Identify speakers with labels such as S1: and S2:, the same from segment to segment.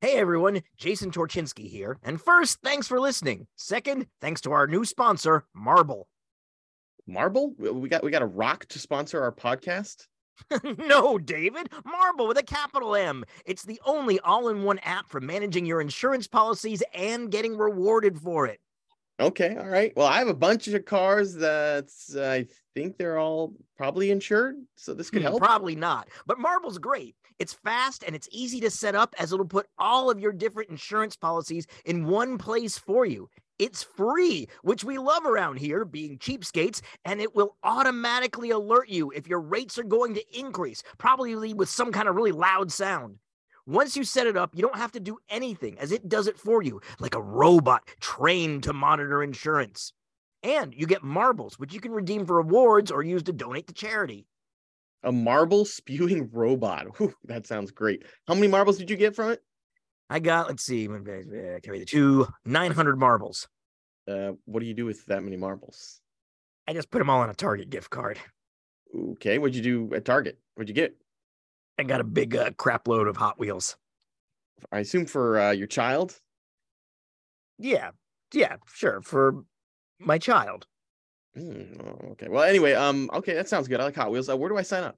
S1: Hey everyone, Jason Torchinski here. And first, thanks for listening. Second, thanks to our new sponsor, Marble.
S2: Marble? We- We got we got a rock to sponsor our podcast.
S1: no, David, Marble with a capital M. It's the only all in one app for managing your insurance policies and getting rewarded for it.
S2: Okay, all right. Well, I have a bunch of cars that's I think they're all probably insured, so this could
S1: Hmm,
S2: help.
S1: Probably not, but Marble's great. It's fast and it's easy to set up as it'll put all of your different insurance policies in one place for you. It's free, which we love around here, being cheapskates, and it will automatically alert you if your rates are going to increase, probably with some kind of really loud sound. Once you set it up, you don't have to do anything, as it does it for you, like a robot trained to monitor insurance. And you get marbles, which you can redeem for rewards or use to donate to charity.
S2: a marble spewing robot. Whew, that sounds great. How many marbles did you get from it?
S1: I got, let's see, one, uh, carry the two, 900 marbles.
S2: Uh, what do you do with that many marbles?
S1: I just put them all on a Target gift card.
S2: Okay, what'd you do at Target? What'd you get?
S1: I got a big uh, crap load of Hot Wheels.
S2: I assume for uh, your child.
S1: Yeah, yeah, sure. For my child,
S2: Hmm, oh, okay. Well, anyway, um, okay, that sounds good. I like Hot Wheels. Uh, where do I sign up?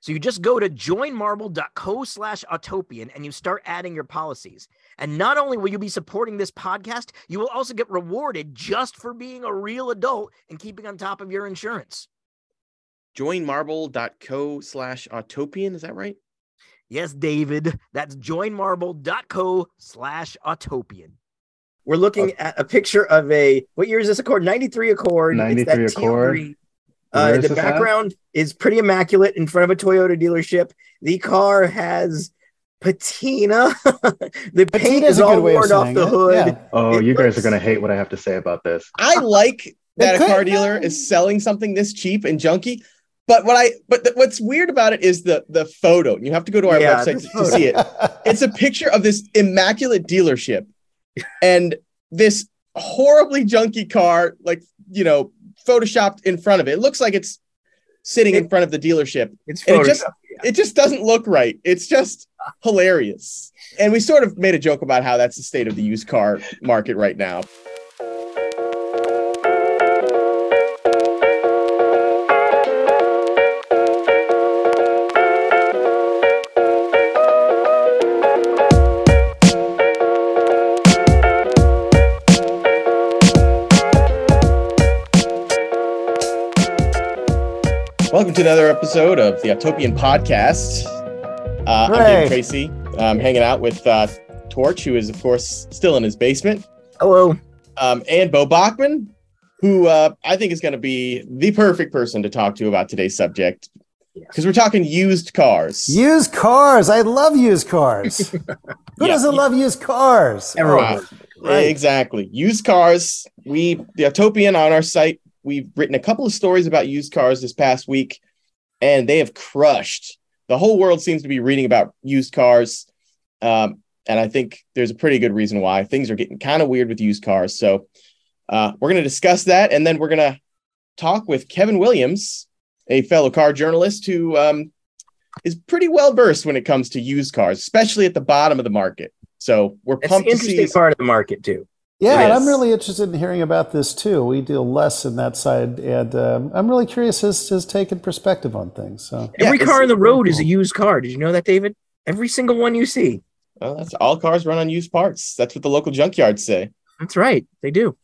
S1: So you just go to joinmarble.co slash autopian and you start adding your policies. And not only will you be supporting this podcast, you will also get rewarded just for being a real adult and keeping on top of your insurance.
S2: Joinmarble.co slash autopian. Is that right?
S1: Yes, David, that's joinmarble.co slash autopian.
S3: We're looking at a picture of a what year is this Accord? 93 Accord.
S4: 93
S3: teal
S4: Accord.
S3: green. Uh,
S4: Where is
S3: the
S4: this at?
S3: background is pretty immaculate in front of a Toyota dealership. The car has patina. the paint
S5: Patina's
S3: is
S5: a
S3: all
S5: good way of
S3: worn off
S5: saying
S3: the
S5: it,
S3: hood.
S5: yeah.
S4: Oh,
S3: It
S4: you guys are
S3: looks-
S4: gonna hate what I have to say about this.
S2: I like that a
S5: could-
S2: car dealer is selling something this cheap and junky. But what I but th- what's weird about it is the the photo. You have to go to our
S3: Yeah,
S2: website
S3: this
S2: to see it. It's a picture of this immaculate dealership and this horribly junky car, like you know, photoshopped in front of it. It looks like it's sitting in front of the dealership.
S3: It's
S2: And it just-
S3: photoshopped, yeah.
S2: It just doesn't look right. It's just hilarious. And we sort of made a joke about how that's the state of the used car market right now. Welcome to another episode of the Utopian Podcast. Uh, I'm
S5: Hooray.
S2: Dave Tracy. I'm hanging out with uh, Torch, who is, of course, still in his basement,
S3: oh,
S1: Hello.
S2: um, and Bo Bachman, who uh, I think is going to be the perfect person to talk to about today's subject because we're talking used cars.
S5: Used cars. I love used cars. Who
S2: Yeah.
S5: doesn't love used cars?
S3: Everyone.
S2: Wow.
S5: Right.
S2: Exactly. Used cars. We, the Utopian on our site, we've written a couple of stories about used cars this past week, and they have crushed. The whole world seems to be reading about used cars. Um, and I think there's a pretty good reason why things are getting kind of weird with used cars. So uh, we're going to discuss that. And then we're going to talk with Kevin Williams, a fellow car journalist who um, is pretty well versed when it comes to used cars, especially at the bottom of the market. So we're
S3: That's
S2: pumped
S3: the
S2: to see
S3: interesting part of the market too.
S5: Yeah, and I'm
S2: Yes.
S5: really interested in hearing about this too. We deal less in that side, and um, I'm really curious his his take and perspective on things. So
S2: Yeah,
S3: Every
S2: it's-
S3: car on the road is a used car. Did you know that, David? Every single one you see.
S2: Well, Oh, that's all cars run on used parts. That's what the local junkyards say.
S3: That's right. They do.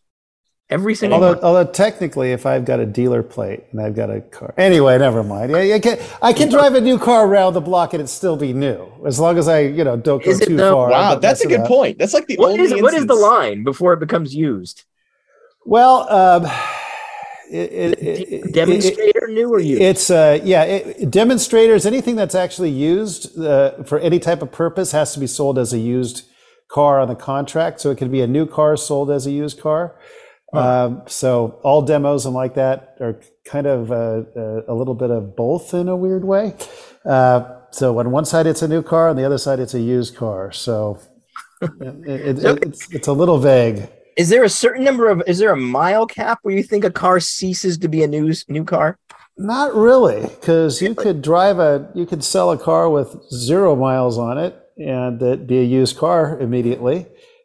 S3: Every single
S5: Although,
S3: one.
S5: although technically, if I've got a dealer plate and I've got a car, anyway, never mind. Yeah, I can, I can drive a new car around the block and it still be new, as long as I, you know, don't go
S3: Is it
S5: too
S3: though?
S5: far.
S2: wow,
S5: don't
S2: that's a
S5: mess it
S2: good
S5: up.
S2: point. That's like the
S3: What
S2: only
S3: is what is the
S2: instance.
S3: line before it becomes used?
S5: Well, um, it, it, it- it-
S3: Demonstrator, new or used?
S5: It's uh, yeah, it, demonstrators. Anything that's actually used uh, for any type of purpose has to be sold as a used car on the contract. So it could be a new car sold as a used car. Um, so all demos and like that are kind of uh, uh, a little bit of both in a weird way. Uh, so on one side it's a new car, on the other side it's a used car. So it, it,
S3: So-
S5: it's it's a little vague.
S3: Is there a certain number of? Is there a mile cap where you think a car ceases to be a new new car?
S5: Not really, because you could drive a, you could sell a car with zero miles on it, and that be a used car immediately.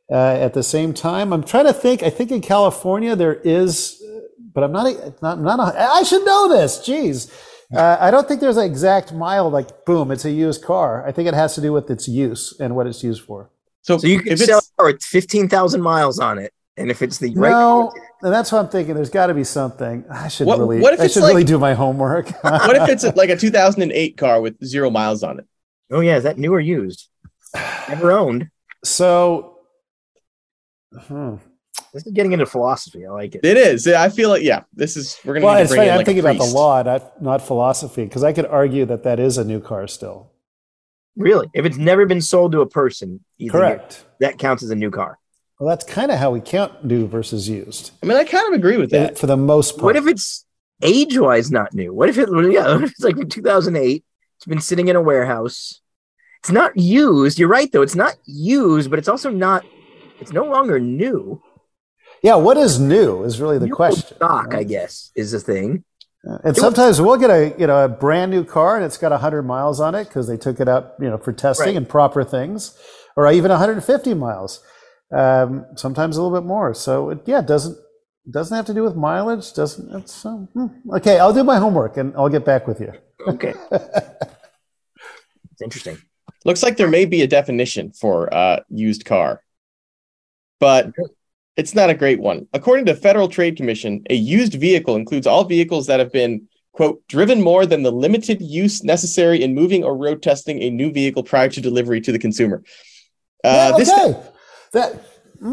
S5: Uh, at the same time, I'm trying to think. I think in California there is, but I'm not. it's Not. I'm not. a- I should know this. Jeez, uh, I don't think there's an exact mile. Like boom, it's a used car. I think it has to do with its use and what it's used for.
S2: So,
S1: So you can
S2: if
S1: sell
S2: it's
S1: it for fifteen thousand miles on it, and if it's the right,
S5: no, and that's what I'm thinking. There's got to be something. I should
S2: What-
S5: really.
S2: what if
S5: I
S2: it's
S5: should
S2: like-
S5: really do my homework.
S2: what if it's like a 2008 car with zero miles on it?
S1: oh yeah, is that new or used? Never owned.
S5: so? hmm.
S1: This is getting into philosophy. I like it.
S2: It is. Yeah, I feel like yeah. This is we're gonna.
S5: Well,
S2: need to
S5: it's
S2: bring
S5: funny.
S2: in,
S5: I'm
S2: like, a
S5: thinking about the
S2: priest.
S5: law, not not philosophy, because I could argue that that is a new car still.
S1: Really, if it's never been sold to a person, either
S5: Correct.
S1: That counts as a new car.
S5: Well, that's kind of how we count new versus used
S2: I mean, I kind of agree with that.
S5: for the most part.
S1: What if it's age-wise not new? What if it? Yeah, what if it's like from 2008. It's been sitting in a warehouse. It's not used. You're right, though. It's not used, but it's also not. It's no longer new.
S5: yeah, what is new is really the
S1: New
S5: question.
S1: Stock, I
S5: right?
S1: guess, is the thing.
S5: Uh, And sometimes we'll get a you know a brand new car and it's got 100 miles on it because they took it out you know for testing
S1: Right.
S5: and proper things, or even 150 miles. Um, sometimes a little bit more. So it, yeah, it doesn't doesn't have to do with mileage. Doesn't it's, um, hmm. okay. I'll do my homework and I'll get back with you.
S1: Okay, it's interesting.
S2: Looks like there may be a definition for uh, used car, but it's not a great one. According to Federal Trade Commission, a used vehicle includes all vehicles that have been quote driven more than the limited use necessary in moving or road testing a new vehicle prior to delivery to the consumer. Uh,
S5: Yeah,
S2: This
S5: okay. that hmm?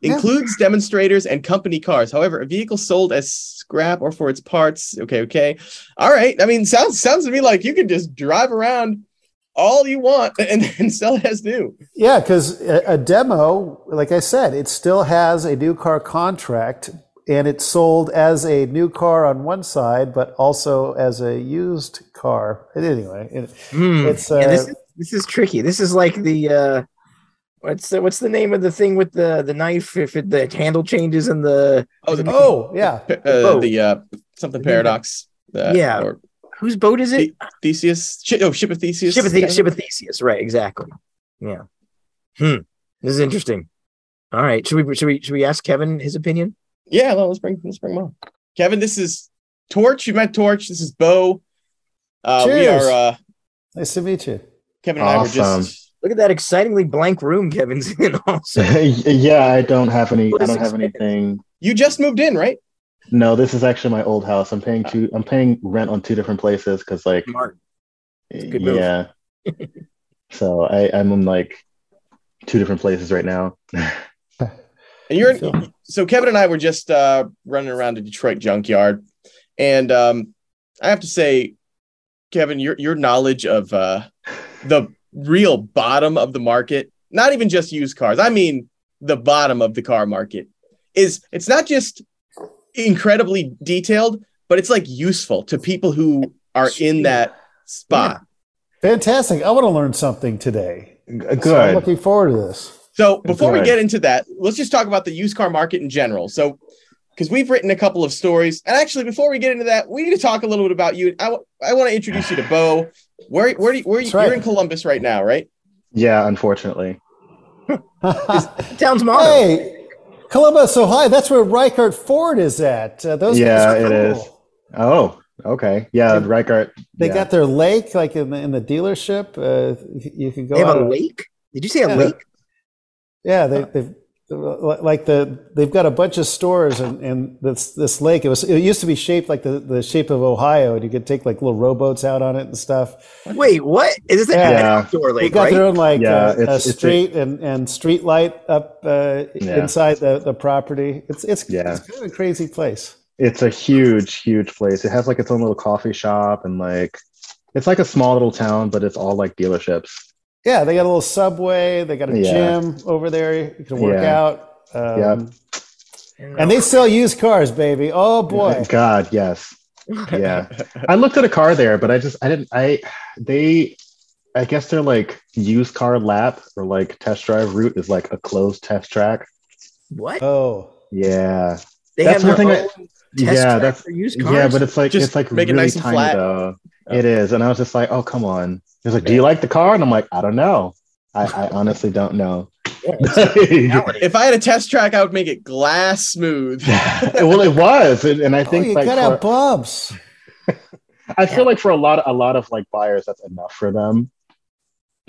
S5: Yeah.
S2: includes demonstrators and company cars. However, a vehicle sold as scrap or for its parts. Okay, okay. All right. I mean, sounds sounds to me like you can just drive around all you want and then sell it as new.
S5: Yeah, because a, a demo, like I said, it still has a new car contract and it's sold as a new car on one side, but also as a used car. And Anyway, it,
S1: Hmm.
S5: it's uh,
S1: Yeah, this is this is tricky. This is like the uh what's the what's the name of the thing with the the knife if it, the handle changes and the
S2: Oh, the,
S5: oh yeah,
S2: uh, the uh, something paradox. Uh,
S1: Yeah.
S2: Or
S1: whose boat is it?
S2: Theseus. Sh- oh, ship of Theseus.
S1: Ship of, the, Ship of Theseus, right, exactly. Yeah. Hmm. This is interesting. All right. Should we should we should we ask Kevin his opinion?
S2: Yeah. Well, let's bring let's bring them on. Kevin, this is Torch. You met Torch. This is Bo. Uh, we
S5: Cheers.
S2: are uh,
S5: nice to meet you.
S2: Kevin and I were
S4: Awesome.
S2: just.
S1: Look at that excitingly blank room Kevin's in also.
S4: yeah, I don't have any.
S1: What
S4: I
S1: is
S4: don't have
S1: expected?
S4: anything.
S2: You just moved in, right?
S4: No, this is actually my old house. I'm paying two. I'm paying rent on two different places because, like,
S1: Martin. good move.
S4: yeah. so I, I'm in like two different places right now.
S2: And you're
S5: So-
S2: so Kevin and I were just uh, running around a Detroit junkyard, and um, I have to say, Kevin, your your knowledge of uh, the real bottom of the market, not even just used cars, I mean the bottom of the car market, is it's not just incredibly detailed, but it's like useful to people who are in that spot.
S5: Fantastic! I want to learn something today.
S4: Good.
S5: So I'm looking forward to this.
S2: So before we
S4: Right.
S2: get into that, let's just talk about the used car market in general. So because we've written a couple of stories, and actually before we get into that, we need to talk a little bit about you. I, w- I want to introduce you to Bo. Where where do you, where you,
S5: That's right.
S2: you're in Columbus right now, right?
S4: yeah, unfortunately.
S1: Town's motto.
S5: hey, Columbus, Ohio. That's where Reichert Ford is at. Uh, those
S4: Yeah,
S5: guys are
S4: it
S5: cool.
S4: is. Oh, okay. Yeah,
S5: They-
S4: Reichart.
S5: They
S4: yeah.
S5: got their lake, like in the in the dealership. Uh, you you can go
S1: They have
S5: out
S1: a
S5: on-
S1: lake? Did you say a
S5: Yeah.
S1: lake?
S5: Yeah,
S1: Uh,
S5: they, they've like the they've got a bunch of stores and, and this this lake. It was it used to be shaped like the, the shape of Ohio, and you could take like little rowboats out on it and stuff.
S1: Wait, what? Is this an
S4: Yeah.
S1: outdoor
S5: They
S1: lake,
S5: got
S1: right?
S5: their own like
S4: Yeah,
S5: uh, a
S4: it's- it's a-
S5: street and, and street light up uh,
S4: Yeah.
S5: inside the, the property. It's it's,
S4: Yeah.
S5: it's kind of a crazy place.
S4: It's a huge, huge place. It has like its own little coffee shop and like it's like a small little town, but it's all like dealerships.
S5: Yeah, they got a little subway. They got a
S4: Yeah.
S5: gym over there. You can work
S4: Yeah.
S5: out. Um,
S4: Yeah.
S5: And they sell used cars, baby. Oh boy.
S4: God, yes. Yeah. I looked at a car there, but I just I didn't I they I guess they're like used car lap or like test drive route is like a closed test track.
S1: what?
S5: Oh.
S4: Yeah.
S1: They have
S4: That's one
S1: their
S4: thing
S1: own
S4: that-
S1: test
S4: yeah,
S1: track
S4: that's
S1: for used cars.
S4: yeah, but it's like
S2: Just
S4: it's like
S2: make it
S4: really
S2: nice and
S4: tiny
S2: flat.
S4: though.
S2: Yeah.
S4: oh, It is. And I was just like, oh come on. He was like, Do you like the car? And I'm like, I don't know. I, I honestly don't know.
S2: If I had a test track, I would make it glass smooth.
S4: well, it was, and, and I think
S5: oh, you
S4: like
S5: cut
S4: for-
S5: out bumps.
S4: I feel like for a lot, a lot of like buyers, that's enough for them.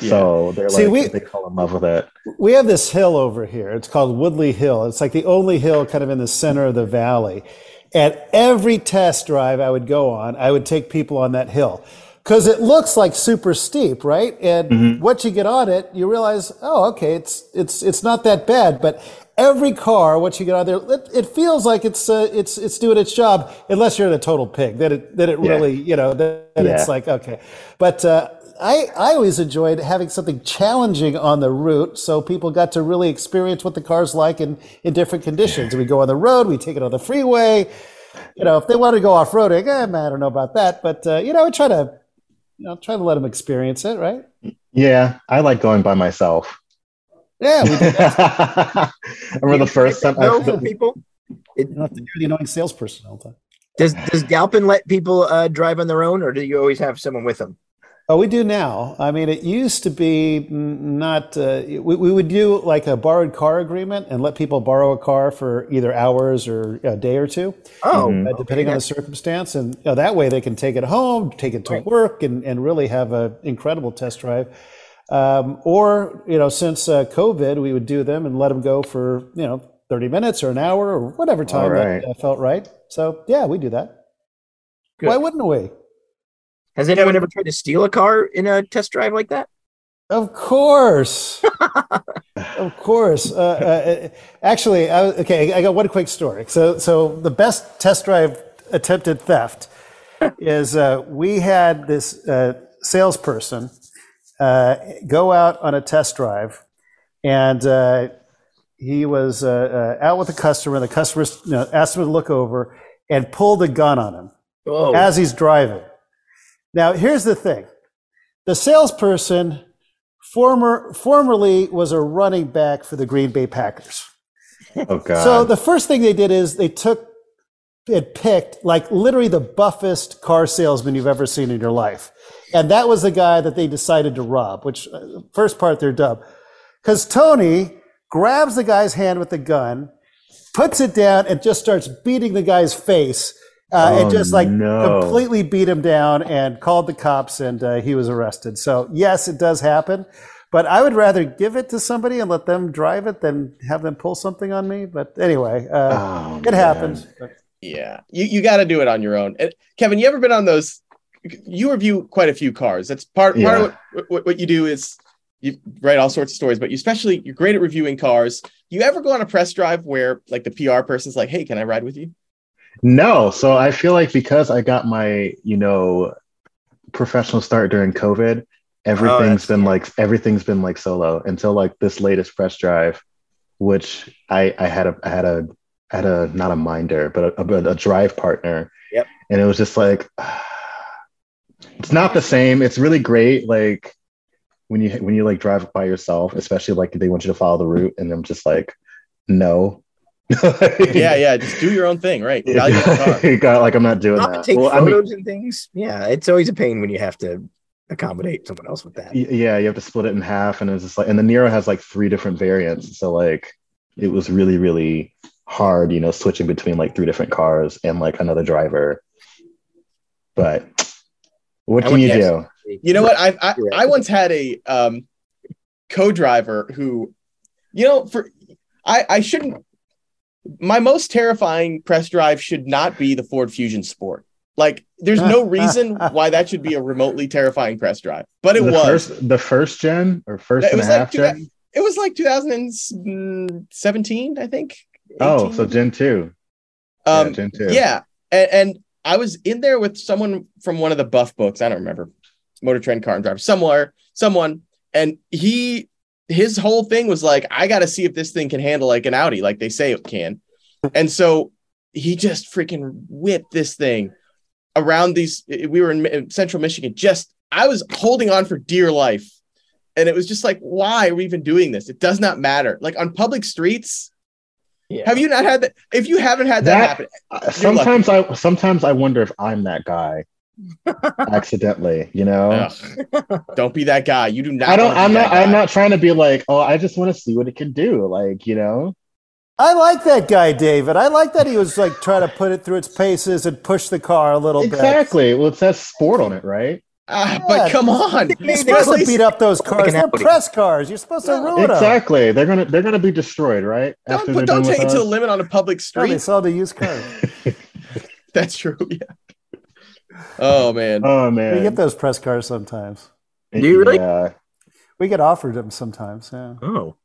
S2: Yeah.
S4: So they're
S5: See,
S4: like,
S5: we-
S4: they fall in love with it.
S5: We have this hill over here. It's called Woodley Hill. It's like the only hill kind of in the center of the valley. At every test drive I would go on, I would take people on that hill because it looks like super steep, right? And once you get on it, you realize, oh, okay, it's it's it's not that bad. But every car, once you get on there, it, it feels like it's uh, it's it's doing its job, unless you're in a total pig. Then it then it really you know then
S4: Yeah.
S5: it's like okay, but. Uh, I, I always enjoyed having something challenging on the route so people got to really experience what the car's like in, in different conditions. We go on the road, we take it on the freeway. You know, if they wanted to go off roading, eh, man, I don't know about that. But, uh, you know, I try to, you know, try to let them experience it, right?
S4: Yeah, I like going by myself.
S5: Yeah. We do.
S4: I remember the first time. I,
S1: No, people.
S5: you don't have to hear the annoying salesperson all the time.
S1: Does Does Galpin let people uh, drive on their own, or do you always have someone with them?
S5: Oh, we do now. I mean, it used to be n- not, uh, we, we would do like a borrowed car agreement and let people borrow a car for either hours or a day or two.
S1: Oh,
S4: Mhm.
S5: uh, depending on the circumstance. And you know, that way they can take it home, take it to
S1: Right.
S5: work, and, and really have an incredible test drive. Um, or, you know, since uh, COVID, we would do them and let them go for, you know, 30 minutes or an hour or whatever time
S4: right.
S5: that uh, felt right. So, yeah, we do that.
S1: Good.
S5: Why wouldn't we?
S1: has anyone ever tried to steal a car in a test drive like that?
S5: Of course. of course. Uh, uh, actually, I, was- okay, I got one quick story. So, so the best test drive attempted theft is uh, we had this uh, salesperson uh, go out on a test drive, and uh, he was uh, uh, out with a customer. The customer you know, asked him to look over and pulled a gun on him
S1: Oh,
S5: as he's driving. Now, here's the thing: the salesperson, former formerly was a running back for the Green Bay Packers.
S4: oh god.
S5: So the first thing they did is they took it picked like literally the buffest car salesman you've ever seen in your life. And that was the guy that they decided to rob, which uh, first part they're dumb. Cuz Tony grabs the guy's hand with the gun, puts it down and just starts beating the guy's face. Uh,
S4: Oh,
S5: and just like
S4: no.
S5: completely beat him down and called the cops and uh, he was arrested. So yes, it does happen, but I would rather give it to somebody and let them drive it than have them pull something on me. But anyway, uh,
S4: Oh,
S5: it
S4: man.
S5: happens.
S2: yeah, you you got to do it on your own. And, Kevin, you ever been on those? You review quite a few cars. That's part part of what, what what you do is you write all sorts of stories, but you especially you're great at reviewing cars. You ever go on a press drive where like the PR person's like, "Hey, can I ride with you?"
S4: No, so I feel like because I got my, you know, professional start during COVID, everything's been like everything's been like solo until like this latest press drive, which I I had a I had a I had a not a minder, but a, but a drive partner.
S1: Yep.
S4: And it was just like it's not the same. It's really great like when you when you like drive by yourself, especially like they want you to follow the route and I'm just like no.
S2: yeah, yeah, just do your own thing, right? Value the car.
S4: You got like I'm not doing
S1: Stop and
S4: that.
S1: take
S4: Well, I mean,
S1: photos and things. Yeah, it's always a pain when you have to accommodate someone else with that.
S4: y- yeah, you have to split it in half, and it's just like, and the Nero has like three different variants, so like it was really, really hard, you know, switching between like three different cars and like another driver. But what
S1: I
S4: can
S1: would
S4: you
S1: guess.
S4: do?
S2: You know what? I I,
S1: Right.
S2: I once had a um, co-driver who, you know, for I I shouldn't. My most terrifying press drive should not be the Ford Fusion Sport. Like, there's no reason why that should be a remotely terrifying press drive, but it
S4: the
S2: was.
S4: first, the first gen or first
S2: It
S4: and a
S2: was like
S4: half
S2: two-
S4: gen.
S2: It was like 2017, I think.
S4: Oh,
S2: 18?
S4: so gen two.
S2: um,
S4: yeah, gen two.
S2: yeah and, and i was in there with someone from one of the buff books i don't remember motor trend car and driver somewhere someone and he his whole thing was like i gotta see if this thing can handle like an audi like they say it can and so he just freaking whipped this thing around these we were in, in central michigan just i was holding on for dear life and it was just like why are we even doing this it does not matter like on public streets
S1: Yeah.
S2: have you not had that if you haven't had that,
S4: That-
S2: happen
S4: Uh, Sometimes I sometimes I wonder if I'm that guy accidentally, you know?
S2: Ugh. don't be that guy. You do not.
S4: I don't
S2: wanna be
S4: I'm
S2: that
S4: not I'm
S2: guy.
S4: not trying to be like, oh, I just want to see what it can do. Like, you know?
S5: I like that guy, David. I like that he was like trying to put it through its paces and push the car a little
S4: Exactly. Well, it says sport on it, right?
S2: Ah,
S5: Yeah.
S2: but come on.
S5: bit.
S2: It's
S5: You're supposed to
S2: basically-
S5: beat up those
S1: Like
S5: cars.
S1: an
S5: They're
S1: Audi.
S5: press cars. You're supposed to ruin them.
S4: Exactly. They're gonna they're gonna be destroyed, right?
S2: Don't,
S4: they're
S2: put, don't
S4: done with
S2: take it to
S4: us.
S2: the limit on a public
S5: No, they
S2: street.
S5: sold a used car.
S2: That's true. Yeah. Oh man.
S4: Oh
S5: We
S4: man.
S5: get those press cars sometimes.
S1: Do you really?
S4: Yeah.
S5: We get offered them sometimes. Yeah.
S1: Oh,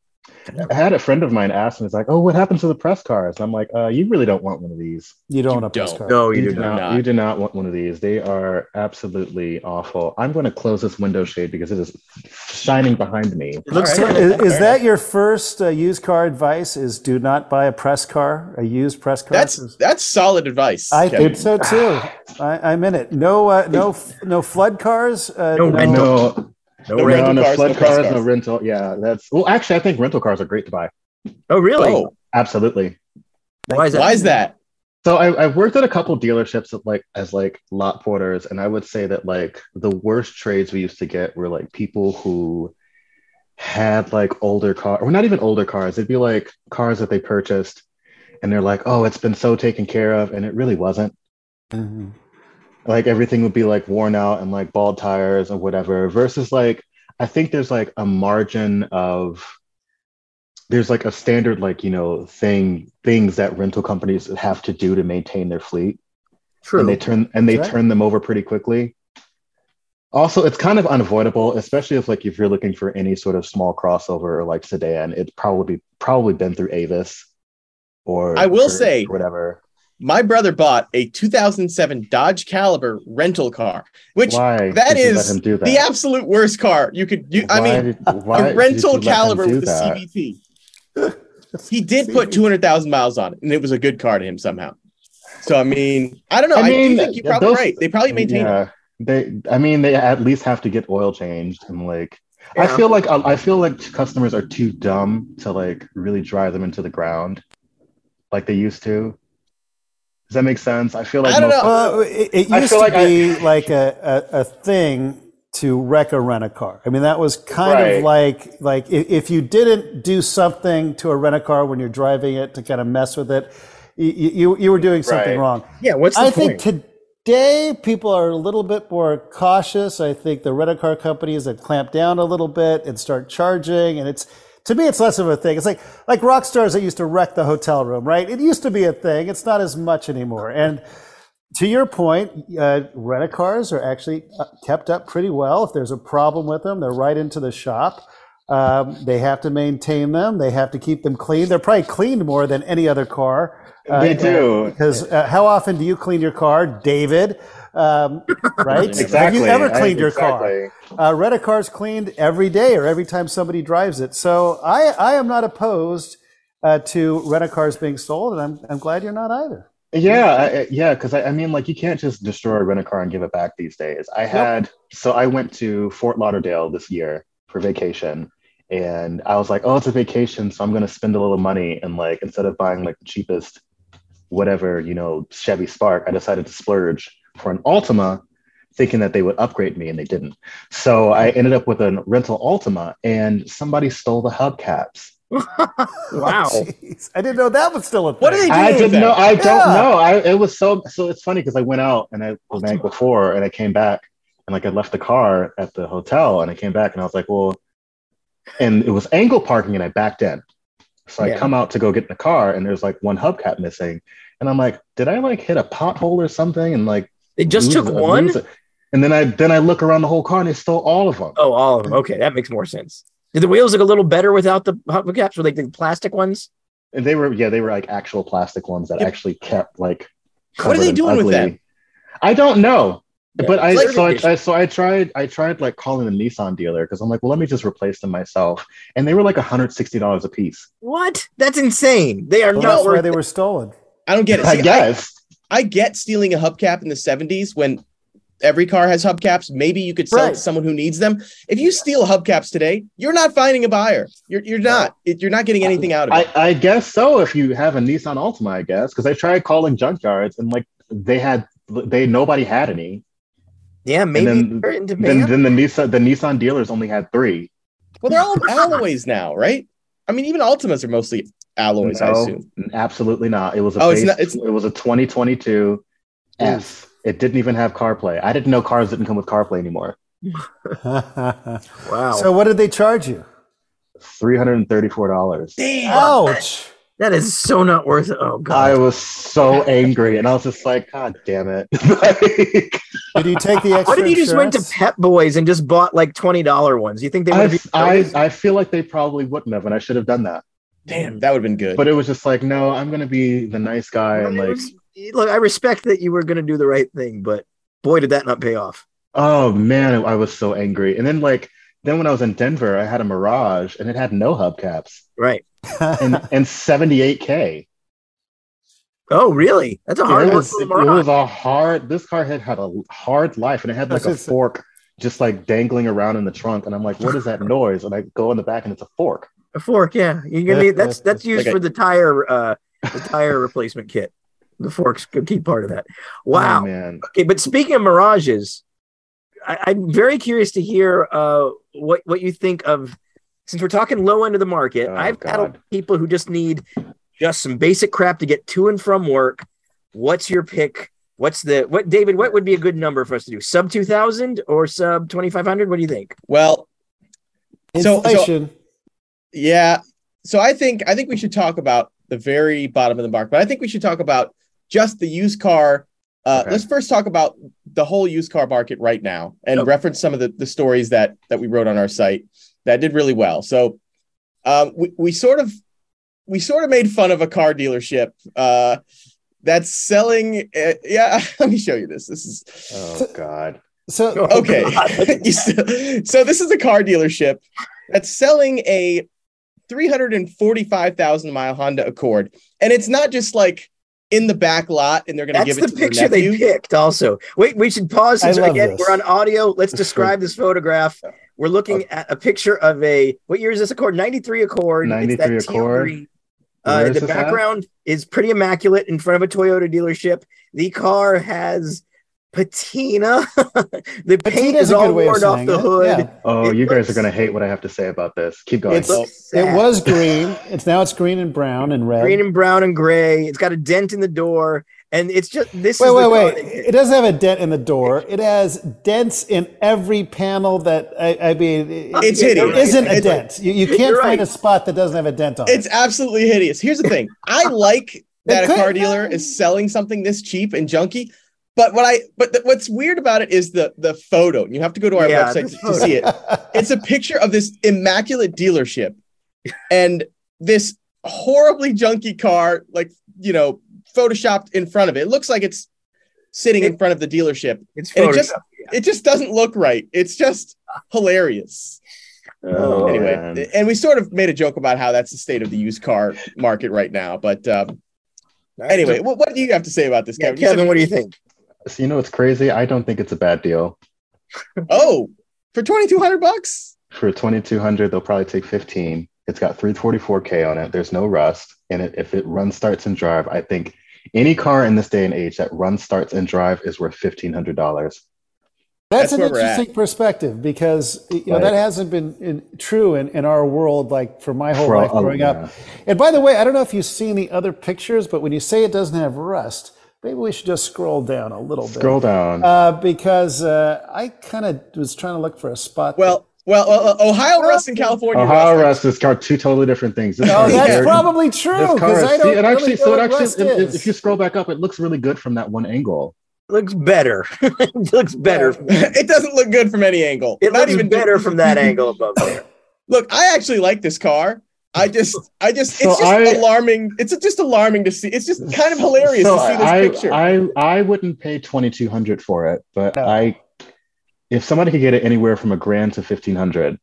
S4: I had a friend of mine ask me, it's like, oh, what happened to the press cars? And I'm like, uh, you really don't want one of these.
S5: You don't
S2: You
S5: want a press
S2: don't.
S5: car.
S1: no, you
S4: do
S1: do not.
S2: not.
S4: You do not want one of these. They are absolutely awful. I'm going to close this window shade because it is shining behind me.
S1: It looks
S5: So
S1: like
S5: is, is that your first uh, used car advice? Is do not buy a press car, a used press car.
S2: That's that's solid advice.
S5: I
S2: Kevin.
S5: think so too. I, I'm in it. No, uh, no, f- no flood cars. Uh,
S1: No
S5: no,
S1: rental.
S4: No,
S1: no
S4: no,
S2: rental
S1: rain.
S4: no
S2: cars,
S4: flood
S2: no press
S4: cars, no
S2: cars.
S4: rental. Yeah, that's well. Actually, I think rental cars are great to buy.
S1: Oh, really?
S2: Oh,
S4: Absolutely.
S1: Why is that?
S2: why is that?
S4: So I, I've worked at a couple dealerships that like as like lot porters, and I would say that like the worst trades we used to get were like people who had like older cars, or not even older cars. It'd be like cars that they purchased, and they're like, "Oh, it's been so taken care of," and it really wasn't.
S5: Mhm.
S4: like everything would be like worn out and like bald tires or whatever versus like i think there's like a margin of there's like a standard like you know thing things that rental companies have to do to maintain their fleet
S1: True.
S4: and they turn and they
S5: Right.
S4: turn them over pretty quickly also it's kind of unavoidable especially if like if you're looking for any sort of small crossover or like sedan it's probably probably been through avis or
S2: I will
S4: or
S2: say-
S4: whatever
S2: My brother bought a 2007 Dodge Caliber rental car, which
S4: why
S2: that
S4: did you let
S2: is
S4: him do that?
S2: the absolute worst car you could. You, I
S4: Why
S2: mean,
S4: did- why
S2: a
S4: did you
S2: rental
S4: let them
S2: caliber
S4: do
S2: with a
S4: that?
S2: CVT. he did put 200,000 miles on it, and it was a good car to him somehow. So, I mean, I don't know.
S4: I
S2: I, do
S4: mean,
S2: think you're probably
S4: those-
S2: right. They probably maintain it.
S4: yeah, they. I mean, they at least have to get oil changed and like.
S1: Yeah.
S4: I feel like uh, I feel like customers are too dumb to like really drive them into the ground, like they used to. Does that make sense? I feel like
S2: I don't
S4: most-
S2: know.
S5: Well, it, it
S4: I
S5: used to
S4: feel like I-
S5: be like a, a, a thing to wreck a rent a car. I mean, that was kind of
S4: Right.
S5: like like i- if you didn't do something to a rent a car when you're driving it to kind of mess with it, you you, you were doing something
S4: Right.
S5: wrong.
S1: yeah. What's the
S5: I
S1: point?
S5: think today people are a little bit more cautious. I think the rental car companies have clamped down a little bit and start charging, and it's to me it's less of a thing. It's like like rock stars that used to wreck the hotel room, right? It used to be a thing. It's not as much anymore. And to your point, uh, rental cars are actually uh, kept up pretty well. If there's a problem with them, they're right into the shop. Um, they have to maintain them. They have to keep them clean. They're probably cleaned more than any other car. uh,
S4: They
S5: uh,
S4: do.
S5: because uh, how often do you clean your car, David? Um, right? Have
S4: exactly.
S5: you ever cleaned
S4: I-
S5: your car?
S4: exactly.
S5: Uh, rent a car's cleaned every day or every time somebody drives it. So I, I am not opposed uh, to rent a cars being sold, and I'm, I'm glad you're not either.
S4: Yeah, I, I- yeah, because I, I mean, like, you can't just destroy a rental car and give it back these days. I had, so I went to Fort Lauderdale this year for vacation, and I was like, oh, it's a vacation, so I'm going to spend a little money. And, like, instead of buying like the cheapest, whatever, you know, Chevy Spark, I decided to splurge for an Altima, thinking that they would upgrade me, and they didn't. So I ended up with a rental Altima, and somebody stole the hubcaps.
S1: Wow.
S5: Jeez. I didn't know that was still a thing.
S2: What are they
S4: I
S2: doing with
S4: didn't know.
S2: that?
S4: I don't
S5: Yeah.
S4: know. I it was so so. It's funny because I went out and I the night before and I came back and like I left the car at the hotel and I came back and I was like, well, and it was angle parking and I backed in. So I
S1: Yeah.
S4: come out to go get in the car and there's like one hubcap missing and I'm like, did I like hit a pothole or something and like
S1: They just
S4: lose-
S1: took one.
S4: lose it? And then I then I look around the whole car and they stole all of them.
S1: Oh, all of them. Okay, that makes more sense. Did the wheels look a little better without the hub caps? Were they the plastic ones?
S4: And they were yeah they were like actual plastic ones that
S2: Yeah.
S4: actually kept like
S2: What are they
S4: covered in
S2: doing with
S4: ugly-
S2: them?
S4: I don't know. But I,
S2: It's like-
S4: so I, I so I tried I tried like calling the Nissan dealer because I'm like, well, let me just replace them myself, and they were like 160 dollars a piece.
S1: What? That's insane. They are
S5: Well,
S1: not
S5: that's why
S1: worth.
S5: they were stolen.
S2: I don't get it.
S4: I
S2: See, I,
S4: guess
S2: I get stealing a hubcap in the 70s when every car has hubcaps. Maybe you could sell it
S5: Right.
S2: to someone who needs them. If you steal hubcaps today, you're not finding a buyer. You're, you're not. It- You're not getting anything out of it.
S4: I, I guess so if you have a Nissan Altima, I guess because I tried calling junkyards and like they had they nobody had any.
S1: Yeah, maybe
S4: then-
S1: they're in
S4: Then,
S1: demand.
S4: then the Nissan the Nissan dealers only had three.
S2: Well, they're all alloys now, right? I mean, even Ultimas are mostly alloys, I
S4: No.
S2: assume.
S4: Absolutely not. It was a
S2: Oh, it's
S4: base-
S2: not- it's-
S4: it was a 2022 F. It didn't even have CarPlay. I didn't know cars didn't come with CarPlay anymore.
S1: wow,
S5: So what did they charge you?
S4: Three hundred and thirty-four dollars.
S2: Damn.
S4: Oh.
S5: Ouch.
S1: that is so not worth. it. Oh god,
S4: I was so angry, and I was just like, "God damn it!" like,
S5: Did you take the extra
S1: What if you just went
S5: insurance?
S1: to Pet Boys and just bought like twenty dollar ones? You think they would
S4: I,
S1: be?
S4: I, I feel like they probably wouldn't have, and I should have done that.
S2: Damn, that would have been good.
S4: But it was just like, no, I'm gonna be the nice guy, and like,
S1: look, I respect that you were going to do the right thing, but boy, did that not pay off.
S4: oh man, I was so angry. And then like, then when I was in Denver, I had a Mirage, and it had no hubcaps
S1: Right?
S4: and and 78k.
S1: Oh, really? That's a
S4: Yeah,
S1: hard
S4: it,
S1: one.
S4: was,
S1: for the
S4: it was
S1: Mirage.
S4: a hard this car had had a hard life and it had like a
S5: That's it.
S4: fork just like dangling around in the trunk and i'm like what is that noise and i go in the back and it's a fork
S1: A fork, yeah. You're gonna need that's that's used
S2: Like a-
S1: for the tire uh the tire replacement kit. The forks a key part of that. Wow.
S4: oh, man
S1: Okay, but speaking of mirages, I, I'm very curious to hear uh, what what you think of. Since we're talking low end of the market,
S4: Oh,
S1: I've
S4: God.
S1: got people who just need just some basic crap to get to and from work. What's your pick? What's the what David? What would be a good number for us to do? Sub two thousand or sub twenty five hundred? What do you think?
S2: well, So- so-
S5: Inflation.
S2: Yeah. So I think I think we should talk about the very bottom of the market, but I think we should talk about just the used car. Uh,
S4: Okay.
S2: Let's first talk about the whole used car market right now and
S1: Okay.
S2: reference some of the, the stories that that we wrote on our site that did really well. So um, we we sort of we sort of made fun of a car dealership uh, that's selling. Uh, yeah, let me show you this. This is
S4: oh god
S5: so
S2: okay.
S1: Oh
S2: You still- so this is a car dealership that's selling a 345,000 mile Honda Accord, and it's not just like in the back lot, and they're going to
S1: That's
S2: give it
S1: the
S2: to their
S1: picture they
S2: nephew.
S1: picked. Also, wait, we should pause
S5: I
S1: since
S5: love
S1: again
S5: this.
S1: we're on audio. Let's describe this photograph. We're looking at a picture of a what year is this Accord? Ninety three Accord. It's
S4: 93
S1: that teal
S4: Accord.
S1: green. Uh,
S4: Where is
S1: the
S4: this at?
S1: background is pretty immaculate in front of a Toyota dealership. The car has patina. the paint
S5: Patina's
S1: is
S5: a good
S1: all
S5: way of
S1: worn off
S5: saying
S1: the
S5: it.
S1: hood.
S5: Yeah.
S4: oh
S1: It
S4: you guys
S1: looks-
S4: are gonna hate what i have to say about this keep going
S5: It's-
S1: looks
S5: It
S1: sad.
S5: was green. It's now it's green and brown and red.
S1: green and brown and gray. It's got a dent in the door, and it's just this.
S5: wait,
S1: is
S5: wait,
S1: the
S5: wait.
S1: car they-
S5: It doesn't have a dent in the door. It has dents in every panel that I, I mean. it-
S2: It's
S1: Yeah, you're
S5: There
S1: right.
S2: hideous.
S5: isn't a
S2: It's-
S5: dent. You, you can't
S1: You're
S5: find
S1: right.
S5: a spot that doesn't have a dent on
S2: It's
S5: it.
S2: absolutely hideous. Here's the thing: I like that a
S5: could-
S2: car dealer is selling something this cheap and junky, but what I but th- what's weird about it is the the photo. You have to go to our
S1: Yeah,
S2: website
S1: this
S2: to- to see it. it's a picture of this immaculate dealership and this horribly junky car, like, you know, photoshopped in front of it. It looks like it's sitting in front of the dealership.
S1: It's
S2: and it just-
S1: photoshopped, yeah.
S2: It just doesn't look right. It's just hilarious.
S4: Oh,
S2: anyway,
S4: man.
S2: and we sort of made a joke about how that's the state of the used car market right now. But um, anyway, what, what do you have to say about this,
S1: Yeah,
S2: Kevin? You said,
S1: Kevin, what do you think?
S4: so you know what's crazy i don't think it's a bad deal
S2: oh, for 2200 bucks?
S4: for 2200 they'll probably take 15 it's got 344k on it there's no rust and it, if it runs starts and drive i think any car in this day and age that runs starts and drive is worth $1500
S5: That's,
S2: That's
S5: an
S2: where we're at.
S5: interesting perspective because you know
S4: Right.
S5: that hasn't been in, true in, in our world like for my whole
S4: For a-
S5: life growing up. And by the way, I don't know if you've seen the other pictures, but when you say it doesn't have rust, maybe we should just scroll down a little
S4: scroll
S5: bit
S4: down
S5: Oh, uh, because uh, I kind of was trying to look for a spot. that-
S2: Well, well, uh, Ohio Rust and California
S4: Ohio
S2: Rust.
S4: Oh, Rust is car two totally different things. This
S5: oh,
S4: car is
S5: that's
S4: very-
S5: probably true
S4: this car
S5: because
S4: is-
S5: I
S4: see,
S5: don't.
S4: it actually,
S5: really know
S4: so it
S5: what
S4: actually,
S5: rust
S4: it-
S5: is.
S4: if you scroll back up, it looks really good from that one angle.
S1: Looks better. it looks better.
S2: it doesn't look good from any angle.
S1: It
S2: Not
S1: looks
S2: even
S1: better from that angle above there.
S2: Look, I actually like this car. I just, I just,
S4: So
S2: it's just
S4: I-
S2: alarming. It's just alarming to see. It's just kind of hilarious
S4: So
S2: to see this
S4: I,
S2: picture.
S4: I, I wouldn't pay twenty two hundred for it, but
S5: No.
S4: I, if somebody could get it anywhere from a grand to fifteen hundred,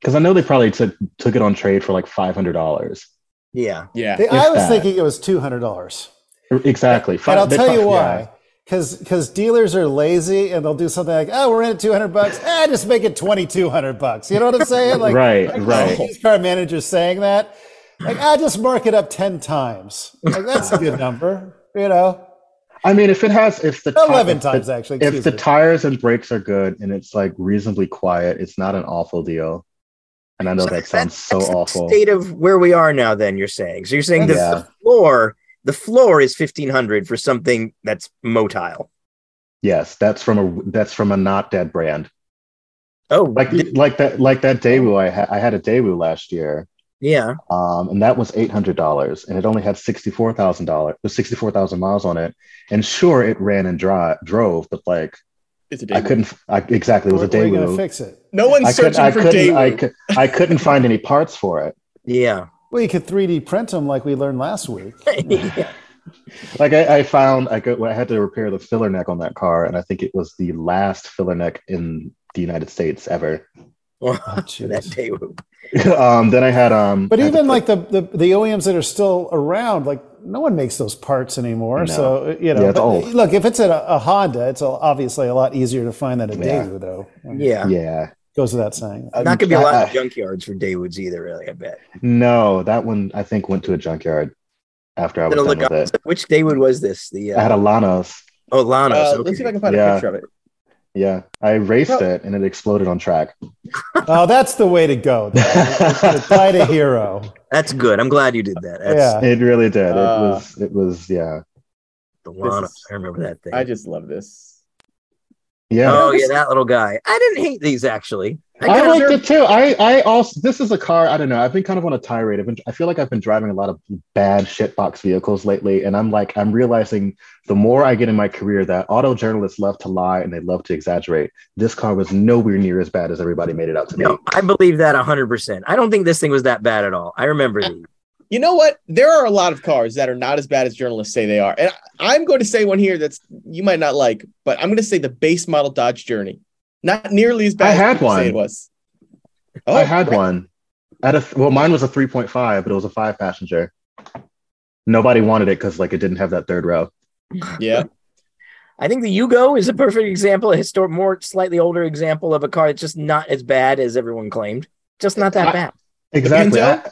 S4: because I know they probably took took it on trade for like five hundred dollars.
S1: Yeah.
S2: yeah.
S5: The- I
S4: if
S5: was
S4: that.
S5: thinking it was two hundred dollars.
S4: Exactly.
S5: And I'll
S4: They
S5: tell you
S4: probably-
S5: why. Because dealers are lazy and they'll do something like, oh, we're in at 200 bucks. Ah, just make it 2200 bucks. You know what I'm saying? Like,
S4: Right,
S5: like,
S4: right.
S5: the used car manager's saying that. Like, ah, just mark it up 10 times. Like, that's a good number, you know?
S4: I mean, if it has, if the ti-
S5: Eleven
S4: if the-
S5: times actually.
S4: if
S5: excuse
S4: the
S5: me.
S4: tires and brakes are good and it's like reasonably quiet, it's not an awful deal. And I know that sounds so
S1: that's the
S4: awful.
S1: State of where we are now. Then you're saying so. You're saying the,
S4: Yeah.
S1: the floor. The floor is fifteen hundred for something that's motile.
S4: Yes, that's from a that's from a not dead brand.
S1: Oh,
S4: Like
S1: th-
S4: like that like that Daewoo I had I had a Daewoo last year,
S1: yeah.
S4: um, and that was eight hundred dollars, and it only had sixty four thousand dollars sixty four thousand miles on it. And sure, it ran and dri- drove, but like
S2: It's a
S4: I
S2: Daewoo.
S4: couldn't I, exactly it was a
S5: We're- we're gonna
S4: Daewoo.
S5: fix it.
S2: No one's
S4: I couldn't
S2: searching
S4: I
S2: for Uh,
S4: couldn't I,
S2: Daewoo.
S4: cou- I couldn't find any parts for it.
S1: Yeah.
S5: Well, you could 3D print them like we learned last week.
S4: Like I, I found, I go, I had to repair the filler neck on that car, and I think it was the last filler neck in the United States ever. Oh,
S1: Well,
S5: jeez.
S1: that day. we-
S4: um, then I had, um,
S5: But
S4: I had to
S5: even
S4: put-
S5: like the, the the OEMs that are still around, like no one makes those parts anymore.
S4: No.
S5: So uh, you know,
S4: Yeah, it's
S5: but
S4: old.
S5: look, if it's at a, a Honda, it's a, obviously a lot easier to find than a
S4: Yeah.
S5: Daewoo, though.
S1: Yeah.
S4: yeah,
S5: Goes without saying.
S4: Um,
S1: Not gonna be a lot of
S4: I-
S1: junkyards for Daywoods either, really. I bet.
S4: no, that one I think went to a junkyard after I was
S1: Little
S4: done with
S1: Lagos-
S4: it.
S1: Which Daywood was this? The
S4: I had
S1: uh,
S4: a Lanos.
S1: oh Lanos.
S2: Uh,
S1: okay.
S2: Let's see if I can find
S4: Yeah.
S2: a picture of it.
S4: Yeah, I raced
S2: Well-
S4: it and it exploded on track.
S5: oh, that's the way to go.
S4: it
S5: Fight a hero.
S1: That's good. I'm glad you did that. That's
S5: yeah.
S4: really did. It
S2: Uh,
S4: was. It was. Yeah.
S1: the Lanos.
S2: is-
S1: I remember that thing.
S2: I just love this.
S4: Yeah.
S1: Oh yeah, that little guy. I didn't hate these actually.
S4: I
S1: kinda
S4: liked it too. I, I also this is a car. I don't know. I've been kind of on a tirade. I've been, I feel like I've been driving a lot of bad shitbox vehicles lately, and I'm like I'm realizing the more I get in my career that auto journalists love to lie and they love to exaggerate. This car was nowhere near as bad as everybody made it out to be.
S1: No, I believe that 100%. I don't think this thing was that bad at all. I remember these.
S2: You know what? There are a lot of cars that are not as bad as journalists say they are. And I- I'm going to say one here that's you might not like, but I'm going to say the base model Dodge Journey. Not nearly as bad
S4: I
S2: as
S4: had
S2: people
S4: one.
S2: say it was.
S1: Oh,
S2: Oh,
S4: I had
S2: right.
S4: one. At a well, mine was a 3.5, but it was a five passenger. Nobody wanted it because like it didn't have that third row.
S2: Yeah.
S1: I think the Yugo is a perfect example, a historic, more slightly older example of a car that's just not as bad as everyone claimed. Just not that
S4: I-
S1: bad.
S4: Exactly.
S2: Pinto?
S4: I-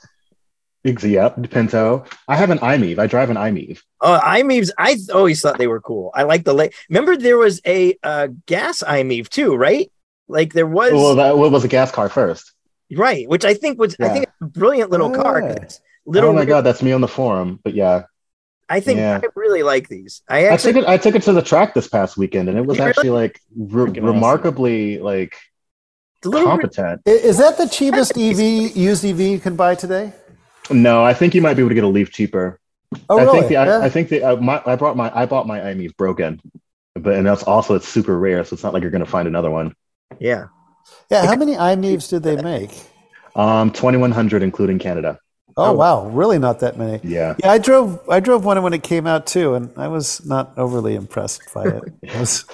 S4: Ex- Yep, the Pinto. I have an iMeave. I E drive an iMeave.
S1: Oh, iMeves, I th- always thought they were cool. I like the late. Remember, there was a uh, gas iMeave too, right? Like there was,
S4: Well, that well, it was a gas car first.
S1: right? Which I think was, I
S4: Yeah.
S1: think, a brilliant little car. 'cause
S5: Yeah.
S1: it's Little,
S4: oh my
S1: rear-
S4: god, that's me on the forum. But yeah,
S1: I think
S4: yeah.
S1: I really like these. I
S4: I
S1: actually,
S4: took it. I took it to the track this past weekend, and it was
S1: You really-
S4: actually like re-
S2: Freaking awesome.
S4: remarkably like
S1: the little, rear-
S4: competent.
S5: I- Is that the cheapest EV used EV you can buy today?
S4: No, I think you might be able to get a leaf cheaper.
S5: Oh,
S4: I
S5: really?
S4: think the
S5: Yeah.
S4: I, I think the uh, my I brought my I bought my IME broken, but and that's also it's super rare, so it's not like you're gonna find another one.
S1: yeah.
S5: yeah. How many iMeves did they make?
S4: Um, twenty one hundred including Canada.
S5: Oh,
S1: Oh.
S5: wow, really not that many.
S4: Yeah,
S5: Yeah, I drove. I drove one when it came out too, and I was not overly impressed by it. It was-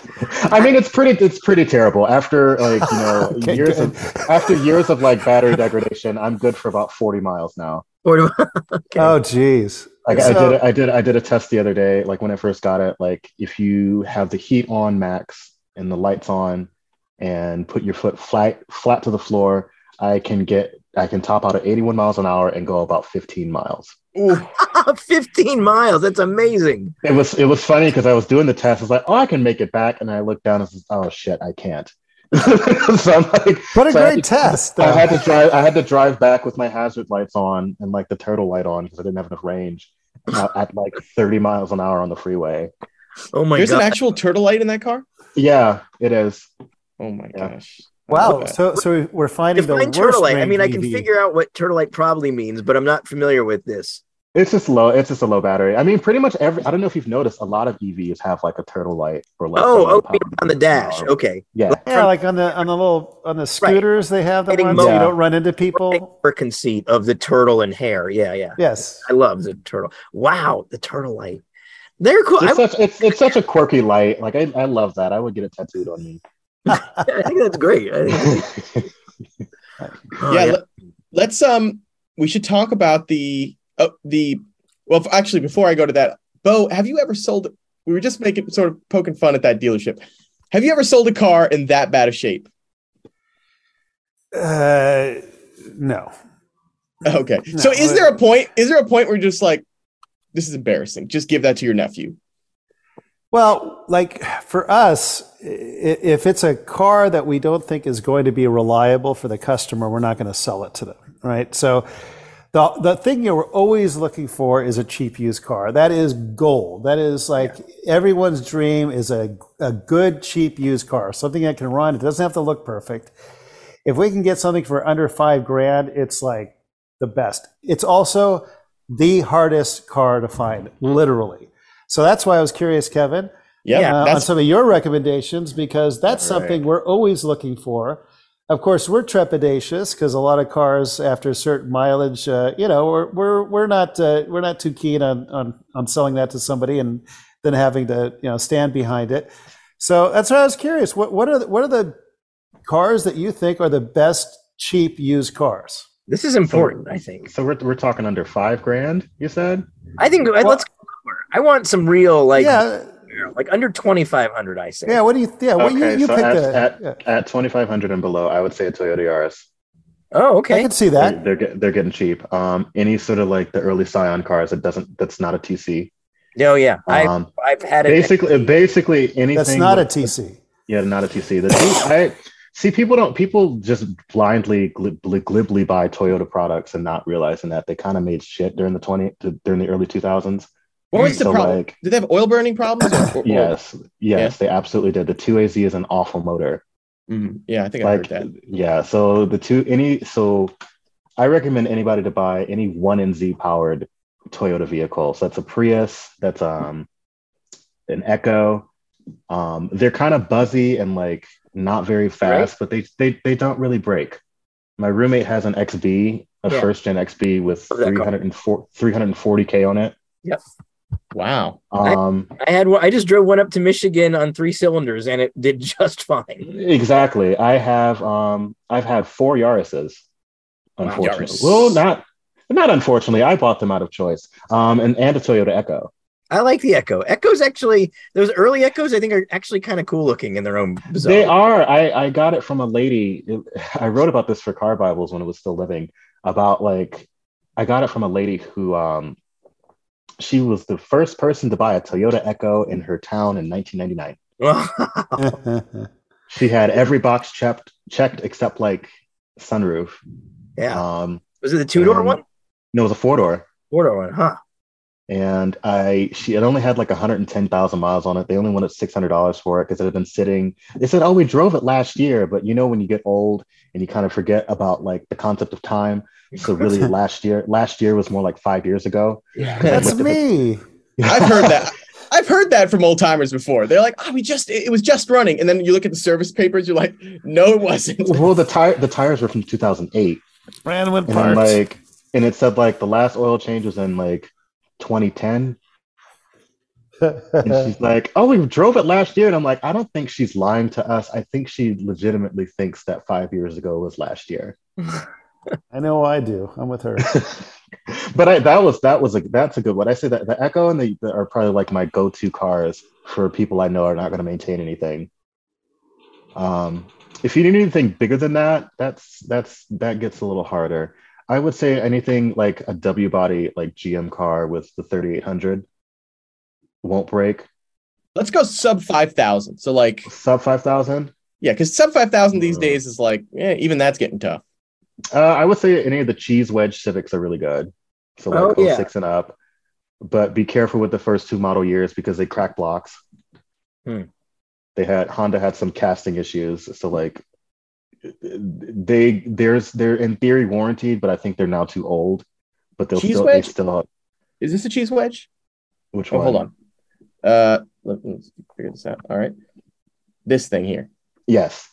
S4: I mean it's pretty it's pretty terrible. After like you know
S5: Okay,
S4: years
S5: good.
S4: of after years of like battery degradation, I'm good for about forty miles now.
S1: Or do- okay.
S5: Oh, geez.
S4: Like I
S5: So-
S4: did, I did, I did a test the other day. Like when I first got it, like if you have the heat on max and the lights on, and put your foot flat flat to the floor, I can get, I can top out at 81 miles an hour and go about 15 miles.
S2: Ooh,
S1: 15 miles. That's amazing.
S4: It was, it was funny because I was doing the test. I was like, oh, I can make it back, and I looked down and says, oh shit, I can't. so I'm like,
S5: What a
S4: So I
S5: great test!
S4: I
S5: though.
S4: had to drive. I had to drive back with my hazard lights on and like the turtle light on because I didn't have enough range. At at, like 30 miles an hour on the freeway.
S1: Oh my
S2: there's
S1: god.
S2: an actual turtle light in that car.
S4: Yeah, it is.
S2: Oh my
S4: Yeah.
S2: gosh.
S5: wow.
S2: Okay.
S5: So, so we- we're finding the
S1: Define
S5: worst. E
S1: turtle light. I
S5: ranked
S1: mean, I can
S5: EV.
S1: figure out what turtle light probably means, but I'm not familiar with this.
S4: It's just low. It's just a low battery. I mean, pretty much every. I don't know if you've noticed. A lot of EVs have like a turtle light or like. the low
S1: oh,
S4: power-
S1: oh, on the dash. Okay,
S4: Yeah,
S5: Yeah, like on the on the little on the scooters they have the
S1: Getting
S5: ones so you
S4: mowed.
S5: don't run into people.
S1: or conceit of the turtle and hair. Yeah, yeah.
S5: Yes.
S1: I love the turtle. Wow, the turtle light. They're cool. I,
S4: it's such it's, it's such a quirky light. Like I, I love that. I would get it tattooed on me.
S1: I think that's great. I think- oh,
S2: yeah, Let, let's um we should talk about the uh, the well f- actually before I go to that, Bo, have you ever sold we were just making sort of poking fun at that dealership. Have you ever sold a car in that bad of shape?
S5: Uh, no.
S2: Okay.
S5: No,
S2: so is
S5: I-
S2: there a point is there a point where you're just like this is embarrassing. Just give that to your nephew.
S5: Well, like for us, i- if it's a car that we don't think is going to be reliable for the customer, we're not going to sell it to them, right? So the, the thing you're always looking for is a cheap used car. That is gold. That is like everyone's dream is a, a good cheap used car, something that can run. It doesn't have to look perfect. If we can get something for under five grand, it's like the best. It's also the hardest car to find, literally. So that's why I was curious, Kevin,
S2: Yep,
S1: Yeah,
S5: uh, on
S2: that's
S5: some of your recommendations because that's
S4: Right.
S5: something we're always looking for. Of course, we're trepidatious because a lot of cars, after a certain mileage, uh, you know, we're we're, we're not uh, we're not too keen on, on on selling that to somebody and then having to you know stand behind it. So that's why I was curious. What what are the, what are the cars that you think are the best cheap used cars?
S1: This is important, I think.
S4: So we're, we're talking under five grand, you said?
S1: I think uh,
S5: Well-
S1: let's. I want some real like
S5: yeah,
S1: like under twenty five hundred. I say.
S5: yeah. What do you? Yeah, what you
S4: Okay,
S5: you
S4: so
S5: picked?
S4: at-
S5: a-
S4: at-
S5: yeah.
S4: At 2500 and below, I would say a Toyota Yaris.
S1: Oh,
S5: I
S1: okay.
S5: could see that.
S4: They're, they're, get- they're getting cheap. Um, any sort of like the early Scion cars that doesn't, that's not a TC.
S1: No, Oh, yeah. I
S4: Um,
S1: I've had it.
S4: basically, basically anything.
S5: That's not a
S4: with-
S5: TC.
S4: Yeah, not a TC. The I see people don't people just blindly glibly, glibly buy Toyota products and not realizing that they kind of made shit during the twenty during the early two thousands.
S2: what was the
S4: So,
S2: problem?
S4: like-
S2: Did they have oil burning problems? Or, or-
S4: Yes, yes,
S2: Yeah.
S4: they absolutely did. The two AZ is an awful motor.
S2: Mhm. Yeah, I think
S4: Like,
S2: I heard that.
S4: yeah. So the two any so I recommend anybody to buy any one and Z powered Toyota vehicle. So that's a Prius. That's um an Echo. Um, they're kind of buzzy and like not very fast, but they they they don't really break. My roommate has an XB, a
S1: Yeah.
S4: first gen XB with
S1: Love that car.
S4: 304 340k on it.
S2: Wow.
S4: Um,
S1: I had one. I just drove one up to Michigan on three cylinders, and it did just fine.
S4: Exactly. I have um I've had four Yarises.
S2: Wow.
S4: Unfortunately.
S2: Yaris.
S4: Well, not not unfortunately. I bought them out of choice. Um and, and a Toyota Echo.
S1: I like the Echo. Echo's actually those early Echoes. I think are actually kind of cool looking in their own. Bizarre.
S4: They are. I I got it from a lady. It- I wrote about this for Car Bibles when it was still living about like I got it from a lady who um she was the first person to buy a Toyota Echo in her town in 1999. She had every box checked checked except like sunroof.
S1: yeah.
S4: Um
S1: Was it the two door
S4: and-
S1: one?
S4: No, it was a four door.
S1: Four door one, huh?
S4: and I she it only had like 110,000 miles on it. They only wanted $600 for it because it had been sitting. They said, "Oh, we drove it last year," but you know when you get old and you kind of forget about like the concept of time. So really, last year last year was more like five years ago.
S1: Yeah.
S5: That's me.
S2: I've heard that. I've heard that from old timers before. They're like, "Oh, we just it, it was just running," and then you look at the service papers. You're like, "No, it wasn't."
S4: well, the tire the tires were from 2008,
S5: Random
S4: and then
S5: parts.
S4: like and it said like the last oil change was in like 2010. And
S2: Uh.
S4: she's like, "Oh, we drove it last year," and I'm like, "I don't think she's lying to us. I think she legitimately thinks that five years ago was last year."
S5: I know I do. I'm with her.
S4: but I, that was that was a that's a good one. I say that the Echo and the, the are probably like my go-to cars for people I know are not going to maintain anything. Um, if you need anything bigger than that, that's that's that gets a little harder. I would say anything like a W body like GM car with the 3800 won't break
S2: Let's go sub five thousand. So like,
S4: sub 5000.
S2: yeah, because sub five thousand these
S4: Mm.
S2: days is like, yeah, even that's getting tough.
S4: Uh, I would say any of the cheese wedge Civics are really good. So like
S1: Oh, yeah.
S4: 06 and up. But be careful with the first two model years because they crack blocks.
S1: Hmm.
S4: They had Honda had some casting issues, so like they there's they're in theory warranted, but I think they're now too old. But they'll
S2: Cheese
S4: still
S2: wedge?
S4: they still
S2: Is this a cheese wedge?
S4: which
S2: Oh,
S4: one?
S2: hold on. Uh, let, us figure this out. All right, this thing here.
S4: Yes,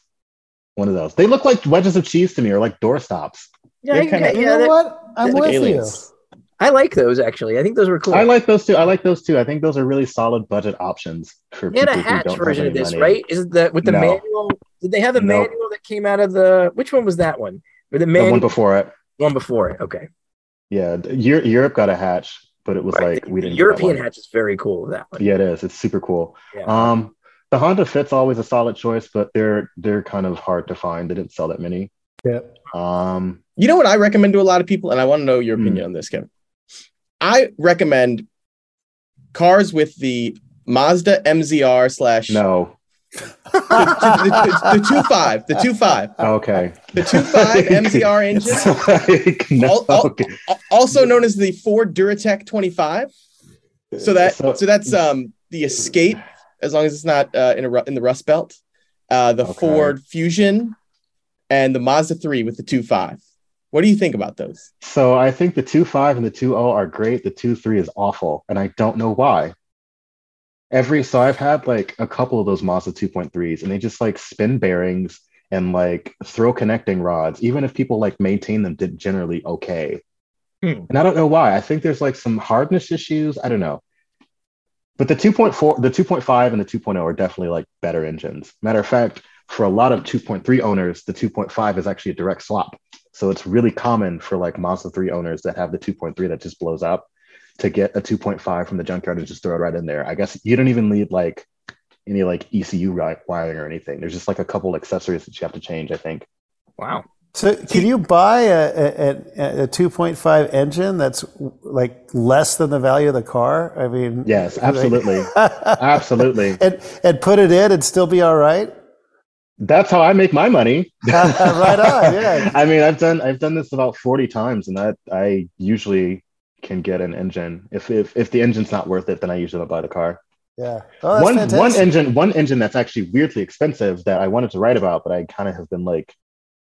S4: one of those. They look like wedges of cheese to me, or like doorstops.
S1: Yeah,
S2: They're
S1: I,
S2: kinda-
S1: yeah,
S5: you
S1: yeah,
S5: know
S1: that-
S5: what? I'm
S2: Like
S5: with
S2: aliens.
S1: I like those actually. I think those were cool.
S4: I like those two. I like those two. I think those are really solid budget options for
S1: They had a
S4: people who
S1: hatch
S4: don't have
S1: version of
S4: any
S1: this,
S4: money.
S1: right? Is it the with the
S4: No.
S1: manual? Did they have the
S4: Nope.
S1: manual that came out of the? Which one was that one? Or the
S4: The
S1: manual
S4: one before it.
S1: one before it? Okay,
S4: Yeah, d- Eu- Europe got a hatch, but it was
S1: Right.
S4: like we
S1: the
S4: didn't. get that
S1: European
S4: one.
S1: hatch is very cool. That one.
S4: Yeah, it is. It's super cool.
S1: Yeah.
S4: Um, the Honda Fit's always a solid choice, but they're they're kind of hard to find. They didn't sell that many.
S5: you. Yeah.
S4: Um,
S2: You know what I recommend to a lot of people, and I want to know your opinion on this, Kevin. I recommend cars with the Mazda MZR slash
S4: No.
S2: the, the, the, the two five, the two five,
S4: Okay.
S2: the two five MZR engine,
S4: It's like, no.
S2: All- all-
S4: okay.
S2: al- also known as the Ford Duratec twenty five. So that so, that's um the Escape, as long as it's not uh, in a ru- in the Rust Belt, uh, the
S4: Okay.
S2: Ford Fusion, and the Mazda three with the two five. What do you think about those?
S4: So I think the two five and the two zero are great. The two three is awful, and I don't know why. Every so I've had like a couple of those Mazda two point threes, and they just like spin bearings and like throw connecting rods, even if people like maintain them did generally okay.
S1: Hmm.
S4: And I don't know why. I think there's like some hardness issues. I don't know. But the 2.4, the 2.5 and the 2.0 are definitely like better engines. Matter of fact, for a lot of 2.3 owners, the 2.5 is actually a direct swap. So it's really common for like Mazda 3 owners that have the 2.3 that just blows up to get a 2.5 from the junkyard and just throw it right in there. I guess you don't even need like any like ECU ri- wiring or anything. There's just like a couple accessories that you have to change, I think.
S1: Wow.
S5: So, can you buy a, a, a, a 2.5 engine that's like less than the value of the car? I mean,
S4: Yes,
S5: like-
S4: absolutely. absolutely.
S5: and and put it in and still be all right.
S4: That's how I make my money.
S5: Right on, yeah.
S4: I mean, I've done I've done this about 40 times and I I usually can get an engine. If if if the engine's not worth it, then I usually don't buy the car.
S5: Yeah. Oh, that's
S4: one
S5: fantastic.
S4: one engine one engine that's actually weirdly expensive that I wanted to write about, but I kind of have been like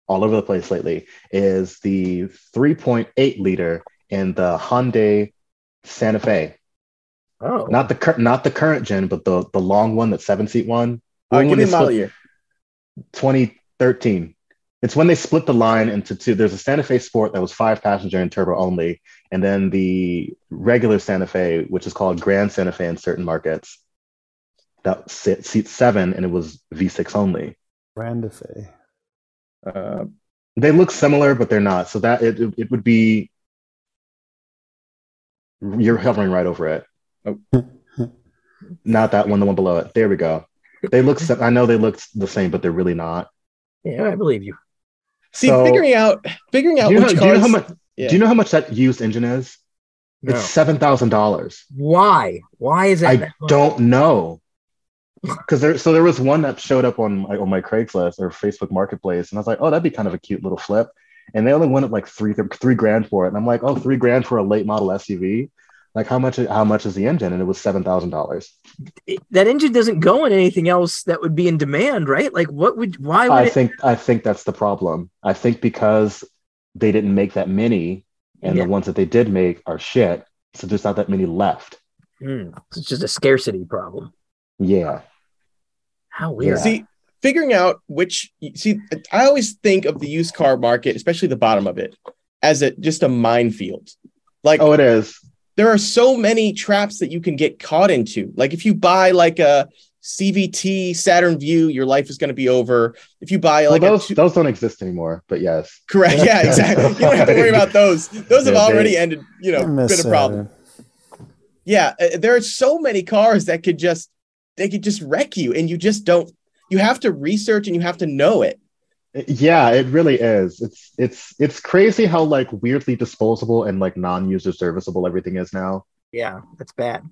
S4: all over the place lately is the 3.8 liter in the Hyundai Santa Fe.
S1: Oh.
S4: Not the cur- not the current gen, but the the long one, that seven seat one.
S2: All right,
S4: When
S2: give
S4: they
S2: me a model
S4: split-
S2: year.
S4: 2013. It's when they split the line into two. There's a Santa Fe Sport that was five passenger and turbo only, and then the regular Santa Fe, which is called Grand Santa Fe in certain markets, that sit, seats seven, and it was V6 only.
S5: Randafe.
S4: Uh, they look similar, but they're not. So that it, it, would be you're hovering right over it.
S2: Oh.
S4: not that one, the one below it. There we go. They look. sim- I know they look the same, but they're really not.
S1: Yeah, I believe you.
S2: See,
S4: So-
S2: figuring out figuring out
S4: do you, know,
S2: which
S4: do you know
S2: cars.
S4: how much?
S2: Yeah.
S4: Do you know how much that used engine is?
S1: No.
S4: It's seven thousand dollars.
S1: Why? Why is it?
S4: I
S1: that much?
S4: don't know because there. So there was one that showed up on my, on my Craigslist or Facebook Marketplace, and I was like, oh, that'd be kind of a cute little flip. And they only wanted like three three grand for it, and I'm like, oh, three grand for a late model SUV. Like how much? How much is the engine? And it was seven thousand dollars.
S1: It- that engine doesn't go in anything else that would be in demand, right? Like, what would? Why would
S4: I
S1: it?
S4: think I think that's the problem. I think because they didn't make that many, and
S1: Yeah.
S4: the ones that they did make are shit. So there's not that many left.
S1: Hmm. it's just a scarcity problem.
S4: Yeah.
S1: How weird.
S4: Yeah.
S2: See, figuring out which see, I always think of the used car market, especially the bottom of it, as a just a minefield. Like
S4: Oh, it is.
S2: there are so many traps that you can get caught into. Like if you buy like a CVT Saturn View, your life is going to be over. If you buy
S4: Well,
S2: like
S4: those
S2: a two-
S4: those don't exist anymore. But yes,
S2: correct, yeah, exactly. You don't have to worry about those. Those have
S4: Yeah, they-
S2: already ended. You know, been a problem. Yeah, uh, there are so many cars that could just they could just wreck you, and you just don't. You have to research and you have to know it.
S4: yeah, it really is. It's it's it's crazy how like weirdly disposable and like non-user serviceable everything is now. Uh,
S1: Yeah, that's bad.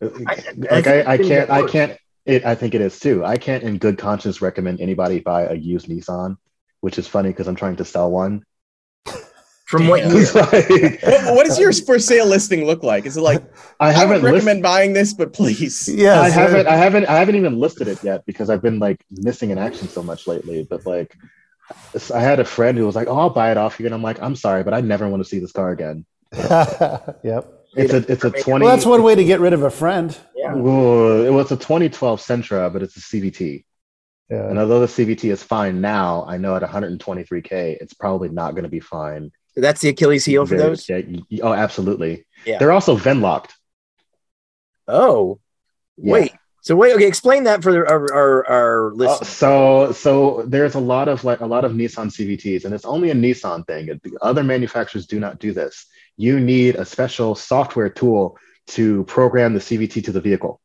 S4: Like
S1: think
S4: I, I
S1: it's gonna
S4: can't
S1: get
S4: I
S1: worse.
S4: can't it I think it is too. I can't in good conscience recommend anybody buy a used Nissan, which is funny because I'm trying to sell one.
S1: From what
S2: Damn.
S1: year?
S4: It's like,
S2: What, what does your for sale listing look like? Is it like
S4: I
S2: I would
S4: haven't listed
S2: recommend buying this, but please.
S5: Yeah.
S4: I haven't, I haven't, I haven't even listed it yet because I've been like missing in action so much lately. But like, s- I had a friend who was like, "Oh, I'll buy it off you," and I'm like, "I'm sorry, but I never want to see this car again."
S5: yep.
S4: It's a, it's a twenty.
S5: Well, that's one way to get rid of a friend.
S1: Yeah.
S4: Ooh, it was a 2012 Sentra, but it's a CVT. And
S5: Yeah.
S4: although the CVT is fine now, I know at 123k, it's probably not going to be fine.
S1: That's the Achilles heel for
S4: Very-
S1: those.
S4: yeah, y- oh, absolutely.
S1: Yeah.
S4: They're also Venlocked.
S1: Oh,
S4: Yeah.
S1: wait. So wait. Okay, explain that for our our, our
S4: Uh,
S1: listeners.
S4: so so there's a lot of like a lot of Nissan CVTs, and it's only a Nissan thing. It- the Other manufacturers do not do this. You need a special software tool to program the CVT to the vehicle.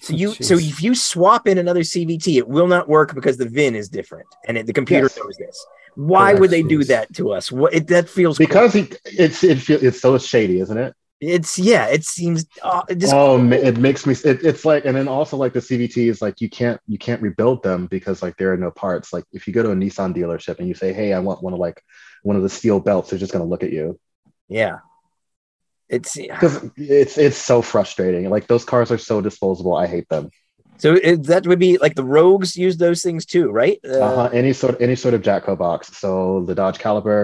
S1: so you so
S5: Jeez.
S1: if you swap in another CVT, it will not work because the VIN is different, and it, the computer
S4: Yes.
S1: knows this. Why
S5: Correct.
S1: would they do
S5: Yes.
S1: that to us? What it, that feels
S4: Because it, it's it, feel- it's so shady, isn't it?
S1: It's yeah. It seems uh, it just
S4: oh, ma- it makes me. It, it's like, and then also like the CVT is like you can't you can't rebuild them because like there are no parts. Like if you go to a Nissan dealership and you say, "Hey, I want one of like one of the steel belts," they're just gonna look at you
S1: yeah. It's
S4: because it's it's so frustrating. Like those cars are so disposable. I hate them.
S1: so it, that would be like the rogues use those things too, right? Uh,
S4: Uh-huh. Any sort any sort of Jatco box. So the Dodge Caliber,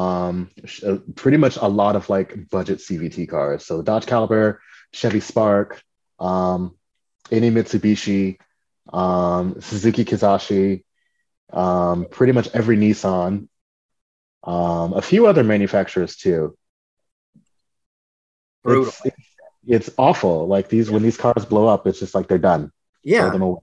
S4: um, sh- uh, pretty much a lot of like budget CVT cars. So the Dodge Caliber, Chevy Spark, um, any Mitsubishi, um, Suzuki Kizashi, um, pretty much every Nissan, um, a few other manufacturers too.
S1: Brutal.
S4: It's, it's awful. Like these when these cars blow up, it's just like they're done. Throw
S1: Yeah,
S4: them away.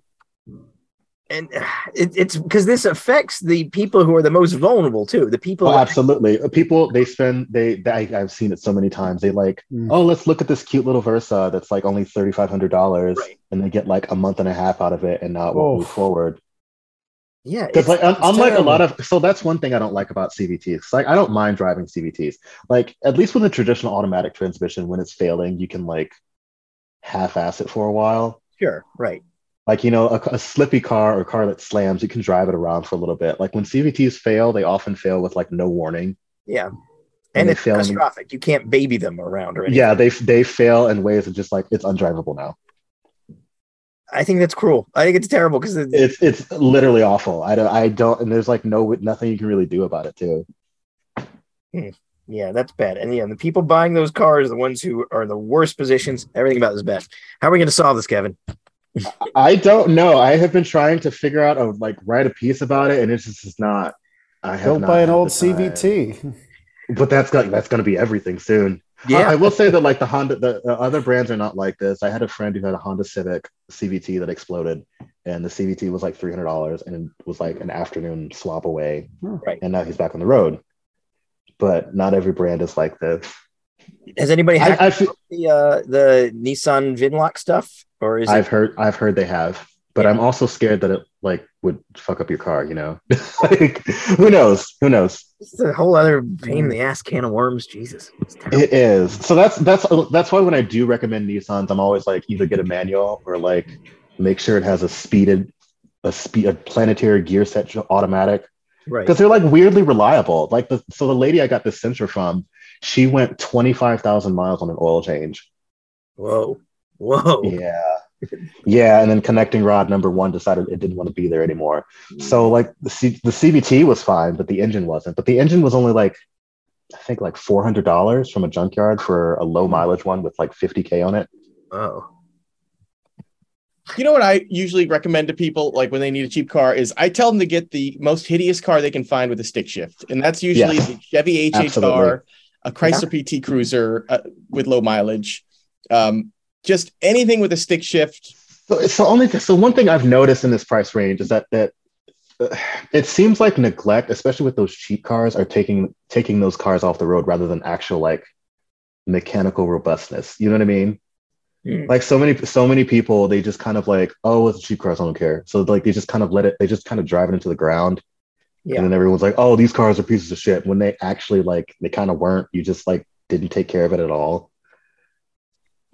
S1: and uh, it, it's because this affects the people who are the most vulnerable too. The people.
S4: Oh, absolutely. People they spend they, they I, I've seen it so many times. They like,
S5: Mm.
S4: oh, let's look at this cute little Versa that's like only thirty five hundred dollars,
S1: Right.
S4: and they get like a month and a half out of it, and not won't
S5: Oh.
S4: move forward.
S1: yeah,
S4: Because
S1: it's-
S4: like un- unlike a
S5: terrible.
S4: lot of so that's one thing I don't like about CVTs. Like I don't mind driving CVTs. Like at least with a traditional automatic transmission, when it's failing, you can like half ass it for a while
S1: sure, right.
S4: like you know a, a slippy car or a car that slams you can drive it around for a little bit like when cvts fail they often fail with like no warning
S1: Yeah.
S4: and,
S1: And
S4: they
S1: it's
S4: fail in,
S1: catastrophic. You can't baby them around or anything.
S4: yeah they they fail in ways that just like it's undrivable now
S1: I think that's cruel. I think it's terrible because it,
S4: it's it's literally awful i don't i don't and there's like no nothing you can really do about it too
S1: yeah, that's bad. And yeah, the people buying those cars are the ones who are in the worst positions. Everything about this is bad. How are we going to solve this, Kevin?
S4: i don't know i have been trying to figure out a like write a piece about it and it's just it's not i have
S5: Don't
S4: not
S5: buy an
S4: had
S5: old
S4: the time.
S5: CVT.
S4: but that's got that's going to be everything soon. Uh, I, I will say that like the Honda, the, the other brands are not like this. I had a friend who had a Honda Civic CVT that exploded, and the CVT was like three hundred dollars, and it was like an afternoon swap away.
S1: Right.
S4: And now he's back on the road. But not every brand is like this.
S1: Has anybody
S4: I,
S1: hacked
S4: I've,
S1: the uh, the Nissan Vinlock stuff, or is
S4: I've
S1: it?
S4: heard I've heard they have, but
S1: Yeah.
S4: I'm also scared that it like would fuck up your car. You know, like who knows? Who knows?
S1: It's a whole other pain in the ass can of worms. Jesus, it's terrible.
S4: It is. So that's that's that's why when I do recommend Nissans, I'm always like either get a manual or like make sure it has a speeded a speed a planetary gear set to automatic
S1: right.
S4: because they're like weirdly reliable. Like the so the lady I got this sensor from, she went twenty five thousand miles on an oil change.
S1: Whoa, whoa.
S4: Yeah. Yeah, and then connecting rod number one decided it didn't want to be there anymore. So like the C- the CVT was fine, but the engine wasn't. But the engine was only like I think like four hundred dollars from a junkyard for a low mileage one with like fifty k on it.
S1: Oh,
S2: You know what I usually recommend to people, like when they need a cheap car, is I tell them to get the most hideous car they can find with a stick shift, and that's usually
S4: Yes.
S2: the Chevy HHR,
S4: Absolutely.
S2: a Chrysler PT Cruiser uh, with low mileage, um, just anything with a stick shift.
S4: So, so only so one thing I've noticed in this price range is that that uh, it seems like neglect, especially with those cheap cars, are taking taking those cars off the road rather than actual like mechanical robustness. You know what I mean?
S1: Hmm.
S4: Like so many so many people, they just kind of like, oh, it's a cheap car, so I don't care. So like they just kind of let it, they just kind of drive it into the ground.
S1: Yeah.
S4: And then everyone's like, oh, these cars are pieces of shit. When they actually like they kind of weren't. You just like didn't take care of it at all.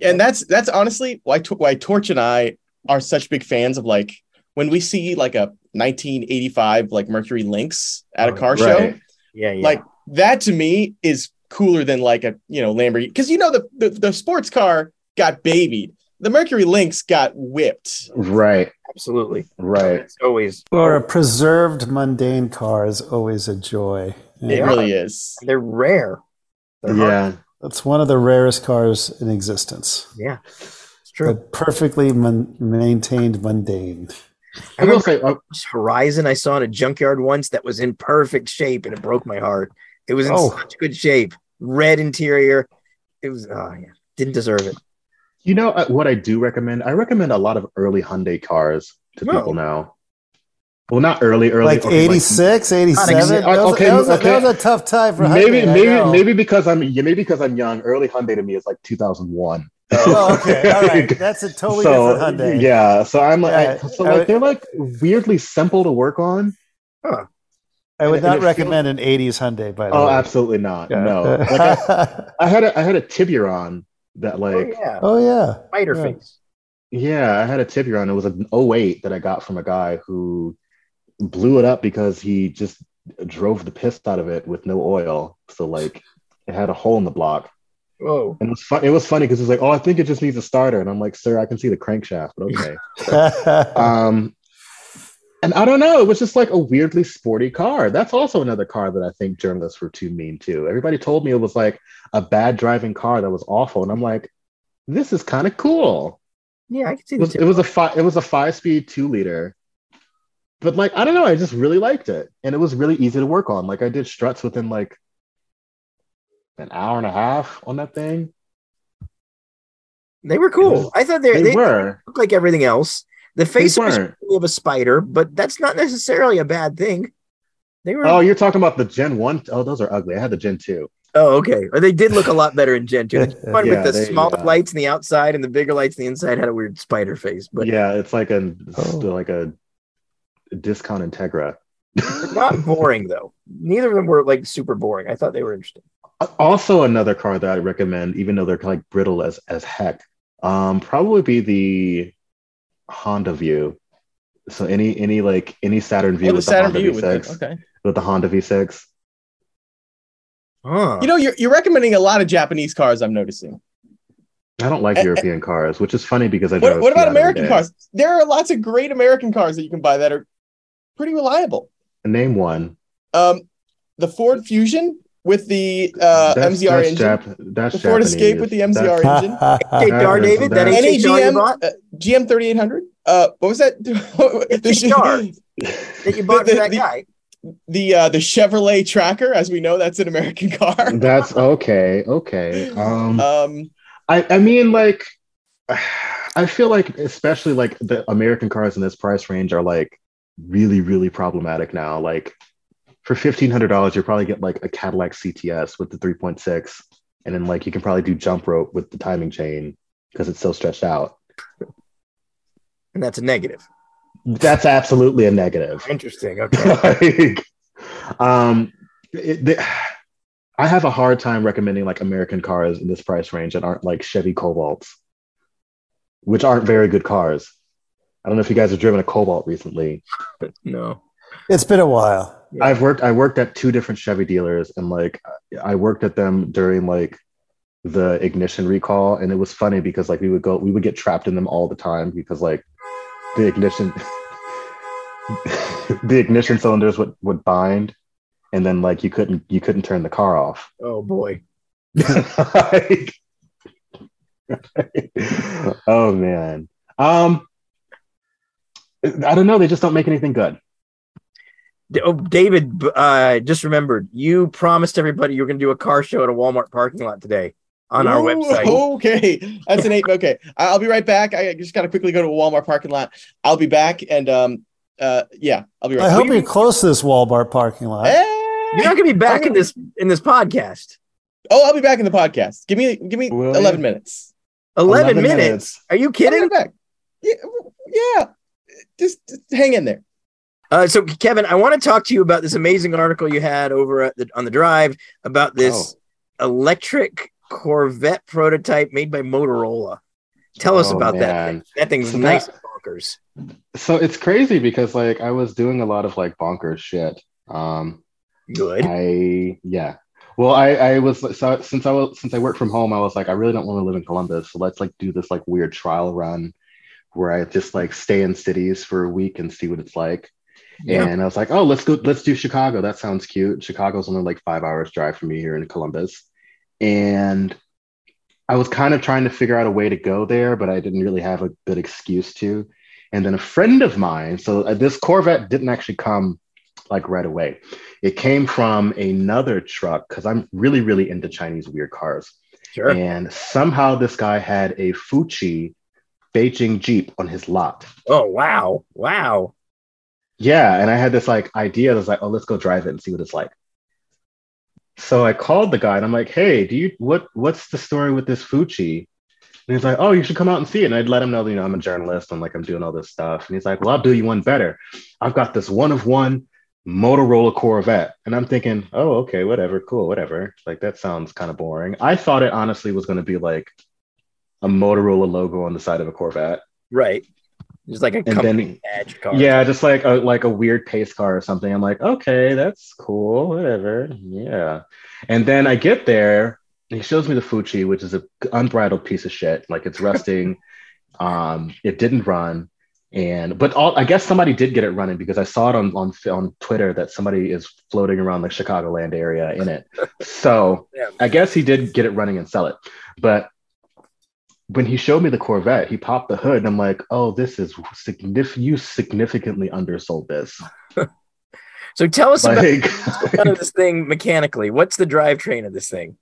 S2: And that's that's honestly why Tor- why Torch and I are such big fans of like when we see like a 1985 like Mercury Lynx at a
S1: Oh,
S2: car show.
S4: right.
S1: yeah, yeah.
S2: Like that to me is cooler than like a you know Lamborghini because you know the, the the sports car got babied. The Mercury Lynx got whipped.
S4: Right.
S1: absolutely.
S4: Right.
S1: It's always
S5: Or a preserved mundane car is always a joy.
S2: It
S1: Yeah.
S2: really is.
S1: they're rare. They're hard-
S4: Yeah.
S5: That's one of the rarest cars in existence.
S1: yeah. It's true.
S5: The perfectly mun- maintained mundane.
S1: I
S4: I will
S1: remember
S4: say uh,
S1: Horizon I saw in a junkyard once that was in perfect shape and it broke my heart. It was in
S5: Oh.
S1: such good shape. Red interior. It was oh yeah. Didn't deserve it.
S4: You know uh, what I do recommend? I recommend a lot of early Hyundai cars to
S1: No.
S4: people now. Well, not early, early
S5: like
S4: okay,
S5: 86, 87.
S4: Not exa-
S5: That was,
S4: okay,
S5: that was a,
S4: okay.
S5: that was a tough time for
S4: maybe,
S5: Hyundai, I know.
S4: maybe, maybe because I'm yeah, maybe because I'm young. Early Hyundai to me is like 2001.
S5: Well, okay, all right. That's a totally
S4: so
S5: different Hyundai.
S4: yeah, so I'm like, I-
S5: Yeah,
S4: so
S5: I
S4: like
S5: would-
S4: they're like weirdly simple to work on.
S1: Huh.
S5: I would
S4: And- and
S5: not
S4: it
S5: recommend an 80s Hyundai, by the
S4: Oh,
S5: way.
S4: absolutely not.
S5: Yeah.
S4: No, like I, I had a I had a Tiburon that
S1: Oh,
S4: like
S1: yeah.
S5: oh, yeah.
S1: Spider
S5: yeah.
S1: face.
S4: Yeah, I had a Tiburon. It was an 08 that I got from a guy who blew it up because he just drove the piss out of it with no oil. So like it had a hole in the block.
S1: Whoa.
S4: And it was fun it was funny because it's like, oh, I think it just needs a starter. And I'm like, sir, I can see the crankshaft, but okay. um and I don't know, it was just like a weirdly sporty car. That's also another car that I think journalists were too mean to. Everybody told me it was like a bad driving car that was awful. And I'm like, this is kind of cool
S1: Yeah, I can see
S4: it
S1: the
S4: was,
S1: tip.
S4: it was a five it was a five speed two liter but like i don't know i just really liked it and it was really easy to work on like i did struts within like an hour and a half on that thing
S1: They were cool. I thought they,
S4: they,
S1: they,
S4: were
S1: looked like everything else. The
S4: they
S1: face was
S4: weren't
S1: of a spider, but that's not necessarily a bad thing. They were.
S4: oh you're talking about the gen one oh those are ugly i had the gen two
S1: Oh, okay. Or they did look a lot better in Gen 2. The one
S4: Yeah,
S1: with the
S4: they-
S1: smaller
S4: yeah.
S1: lights on the outside and the bigger lights on the inside had a weird spider face, but
S4: yeah it's like a
S5: Oh.
S4: like a discount integra
S1: not boring though. Neither of them were like super boring. I thought they were interesting.
S4: also another car that i'd recommend even though they're like brittle as as heck um probably be the honda view so any any like any saturn view
S2: Oh, the
S4: with the
S2: Saturn
S4: honda
S2: View
S4: v6
S2: with it. Okay.
S4: with the honda v6
S1: Huh.
S2: You know, you're, you're recommending a lot of Japanese cars, I'm noticing.
S4: i don't like
S2: Eh, eh.
S4: european cars which is funny because i
S2: What,
S4: drove a
S2: what about
S4: Fiat every
S2: American
S4: day.
S2: cars? There are lots of great American cars that you can buy that are pretty reliable.
S4: name one
S2: Um, the Ford Fusion with the uh,
S4: that's,
S2: MZR
S4: that's
S2: engine,
S4: Jap- that's
S2: the Ford
S4: Japanese.
S2: Escape with the MZR
S4: That's-
S2: engine,
S4: Uh,
S1: okay, Dar
S4: That is-
S1: David, that
S4: that-
S1: ain't
S2: NAGM,
S1: you bought
S2: uh, GM 3800. Uh, what was that?
S1: HR.
S2: the
S1: that you bought for
S2: the-
S1: that
S2: the-
S1: guy.
S2: the, uh, the Chevrolet Tracker, as we know, that's an American car.
S4: that's okay okay um
S2: Um,
S4: I, I mean, like, I feel like, especially like the American cars in this price range are like really, really problematic now. Like, for fifteen hundred dollars, you probably get like a Cadillac CTS with the three point six, and then like you can probably do jump rope with the timing chain because it's so stretched out.
S1: And that's a negative.
S4: That's absolutely a negative.
S1: Interesting. Okay.
S4: like, um, it, the, I have a hard time recommending like American cars in this price range that aren't like Chevy Cobalts, which aren't very good cars. I don't know if you guys have driven a Cobalt recently.
S1: no.
S5: It's been a while.
S4: I've worked I worked at two different Chevy dealers and like I worked at them during like the ignition recall and it was funny because like we would go we would get trapped in them all the time because like the ignition the ignition cylinders would would bind and then like you couldn't you couldn't turn the car off.
S1: Oh boy.
S4: Like- oh man. Um I don't know they just don't make anything good.
S1: D- Oh, David, b- uh, just remembered you promised everybody you were going to do a car show at a Walmart parking lot today on our
S2: Ooh,
S1: website.
S2: Okay, that's an eight. Okay, I- I'll be right back. I I just gotta quickly go to a Walmart parking lot. I'll be back, and um, uh, yeah, I'll be
S5: I
S2: right.
S5: hope you're close to this Walmart parking lot.
S2: back.
S4: Eh?
S1: You're
S2: Hey!
S1: not going to be back in this in this podcast.
S2: Oh, I'll be back in the podcast. Give me, give me
S4: Will
S2: eleven
S4: you?
S2: minutes.
S1: 11, minutes. Are you
S2: I'll be
S1: kidding?
S2: right back. Yeah, w- yeah. Just, just hang in there.
S1: Uh, so, Kevin, I want to talk to you about this amazing article you had over at the, on the drive about this
S4: Oh.
S1: electric Corvette prototype made by Motorola. Tell us
S4: Oh,
S1: about that.
S4: man.
S1: Thing. That thing's
S4: So
S1: nice
S4: that-
S1: and bonkers.
S4: so it's crazy because like I was doing a lot of like bonkers shit. Um,
S1: Good.
S4: I yeah. Well, I I was so since I was since I worked from home, I was like I really don't want to live in Columbus, so let's like do this like weird trial run where I just like stay in cities for a week and see what it's like.
S1: Yeah.
S4: And I was like, oh, let's go, let's do Chicago. That sounds cute. Chicago's only like five hours drive from me here in Columbus. And I was kind of trying to figure out a way to go there, but I didn't really have a good excuse to. And then a friend of mine, so uh, this Corvette didn't actually come like right away. It came from another truck because I'm really, really into Chinese weird cars.
S1: Sure.
S4: And somehow this guy had a Fuji Beijing Jeep on his lot.
S1: Oh, wow. Wow.
S4: Yeah, and I had this like idea that was like, oh, let's go drive it and see what it's like. So I called the guy and I'm like, hey, do you what what's the story with this Fuji? And he's like, oh, you should come out and see it. And I'd let him know, you know, I'm a journalist. I'm like, I'm doing all this stuff. And he's like, well, I'll do you one better. I've got this one of one Motorola Corvette. And I'm thinking, oh, okay, whatever, cool, whatever. Like that sounds kind of boring. I thought it honestly was going to be like a Motorola logo on the side of a Corvette.
S1: Right. Just like a
S4: then-
S1: company badge card.
S4: Yeah, just like a like a weird pace car or something. I'm like, okay, that's cool, whatever. Yeah. And then I get there, and he shows me the Fuji, which is an unbridled piece of shit. Like it's rusting. um, it didn't run. And but all I guess somebody did get it running because I saw it on on on Twitter that somebody is floating around the Chicagoland area in it. So
S1: Yeah.
S4: I guess he did get it running and sell it. But when he showed me the Corvette, he popped the hood, and I'm like, "Oh, this is signif- you significantly undersold this."
S1: So tell us about
S4: Like,
S1: kind of this thing mechanically. What's the drivetrain of this thing?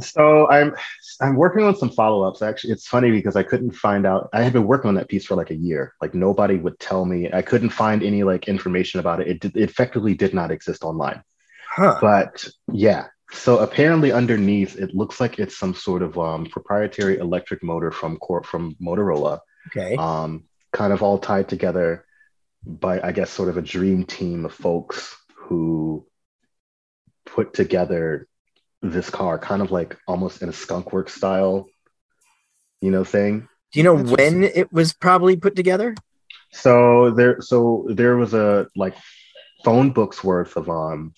S4: so I'm I'm working on some follow ups. Actually, it's funny because I couldn't find out. I had been working on that piece for like a year. Like nobody would tell me. I couldn't find any like information about it. It, did, it effectively did not exist online.
S1: Huh.
S4: But yeah, so apparently underneath it looks like it's some sort of um, proprietary electric motor from Cor- from Motorola.
S1: Okay.
S4: um, kind of all tied together by, I guess, sort of a dream team of folks who put together this car, kind of like almost in a skunk work style, you know, thing.
S1: Do you know
S5: Interesting.
S1: when it was probably put together?
S4: So there, so there was a like phone books worth of um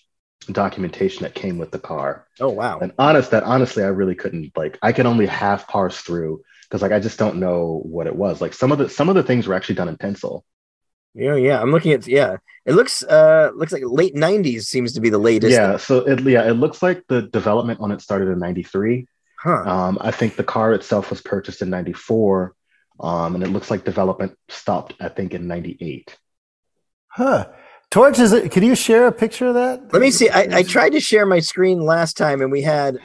S4: documentation that came with the car.
S1: Oh wow.
S4: And honest, that honestly, I really couldn't like. I could only half parse through because like I just don't know what it was. Like some of the some of the things were actually done in pencil.
S1: Yeah, yeah. I'm looking at yeah. It looks uh looks like late '90s seems to be the latest.
S4: yeah so it yeah it looks like the development on it started in 93
S1: Huh.
S4: um i think the car itself was purchased in 94 um and it looks like development stopped i think in 98
S5: Huh. Torch, is it, can you share a picture of that?
S1: Let me see. I, I tried to share my screen last time and we had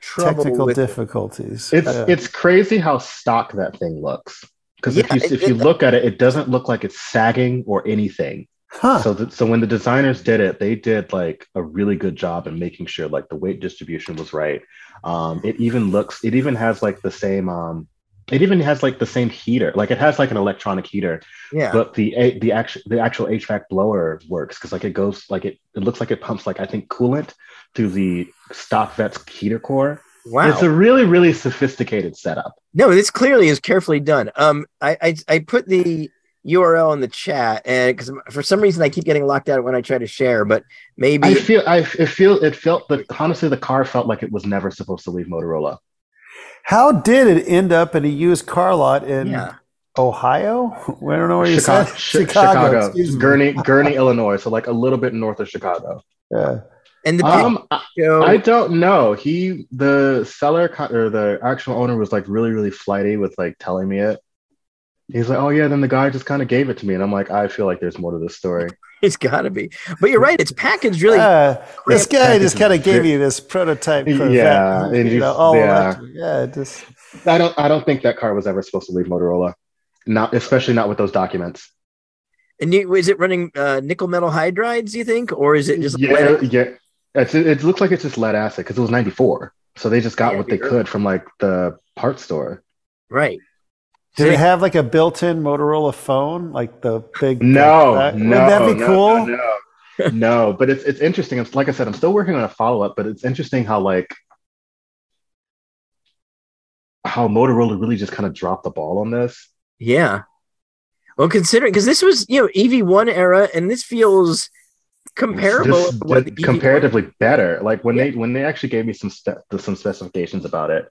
S1: trouble
S5: Technical
S1: with
S5: difficulties.
S4: it's
S1: Uh.
S5: Yeah.
S4: it's crazy how stock that thing looks because
S1: Yeah,
S4: if
S1: it
S4: you if you
S1: did that.
S4: look at it it doesn't look like it's sagging or anything
S5: huh.
S4: so that so when the designers did it they did like a really good job in making sure like the weight distribution was right um it even looks it even has like the same um it even has like the same heater like it has like an electronic heater
S1: Yeah.
S4: but the a- the actual the actual hvac blower works because like it goes like it it looks like it pumps like i think coolant through the stock vet's heater core
S1: wow.
S4: it's a really really sophisticated setup
S1: No, this clearly is carefully done. Um, I I, I put the URL in the chat, and because for some reason I keep getting locked out when I try to share, but
S4: i
S1: maybe
S4: feel i it feel it felt that honestly the car felt like it was never supposed to leave motorola
S5: How did it end up in a used car lot in
S1: Yeah.
S5: Ohio? I don't know where Oh, you
S4: Chicago,
S5: said
S4: Chi- Chicago,
S5: excuse me.
S4: Gurney, Gurney, Illinois. So like a little bit north of Chicago.
S5: Yeah.
S1: and the
S4: Um, I,
S1: show,
S4: I don't know. He, the seller co- or the actual owner, was like really, really flighty with like telling me it. He's like, oh yeah. Then the guy just kind of gave it to me, and I'm like, I feel like there's more to this story.
S1: it's got to be. But you're right; it's packaged really.
S4: Uh,
S5: Ah, this
S4: Yeah.
S5: guy just kind of gave
S4: Yeah.
S5: you this prototype.
S4: Yeah,
S5: Corvette,
S4: and
S5: you
S4: he's-
S5: know, all
S4: yeah.
S5: electric. yeah, just
S4: I don't, I don't think that car was ever supposed to leave Motorola. Not especially not with those documents.
S1: and you, is it running uh, nickel metal hydrides? You think, or is it just
S4: yeah,
S1: lead-
S4: yeah. It's, it looks like it's just lead acid because it was '94, so they just got
S1: Yeah,
S4: what they
S1: sure.
S4: could from like the parts store.
S1: right?
S5: Did
S1: See?
S5: it have like a built-in Motorola phone, like the big?
S4: No,
S5: like that?
S4: no,
S5: wouldn't that be
S4: no,
S5: cool?
S4: No, no. No, but it's it's interesting. It's like I said, I'm still working on a follow up, but it's interesting how like how Motorola really just kind of dropped the ball on this.
S1: Yeah. Well, considering because this was you know EV one era, and this feels comparable.
S4: Just
S1: to what the E EV1
S4: did comparatively better. Like when they when they actually gave me some spe- some specifications about it,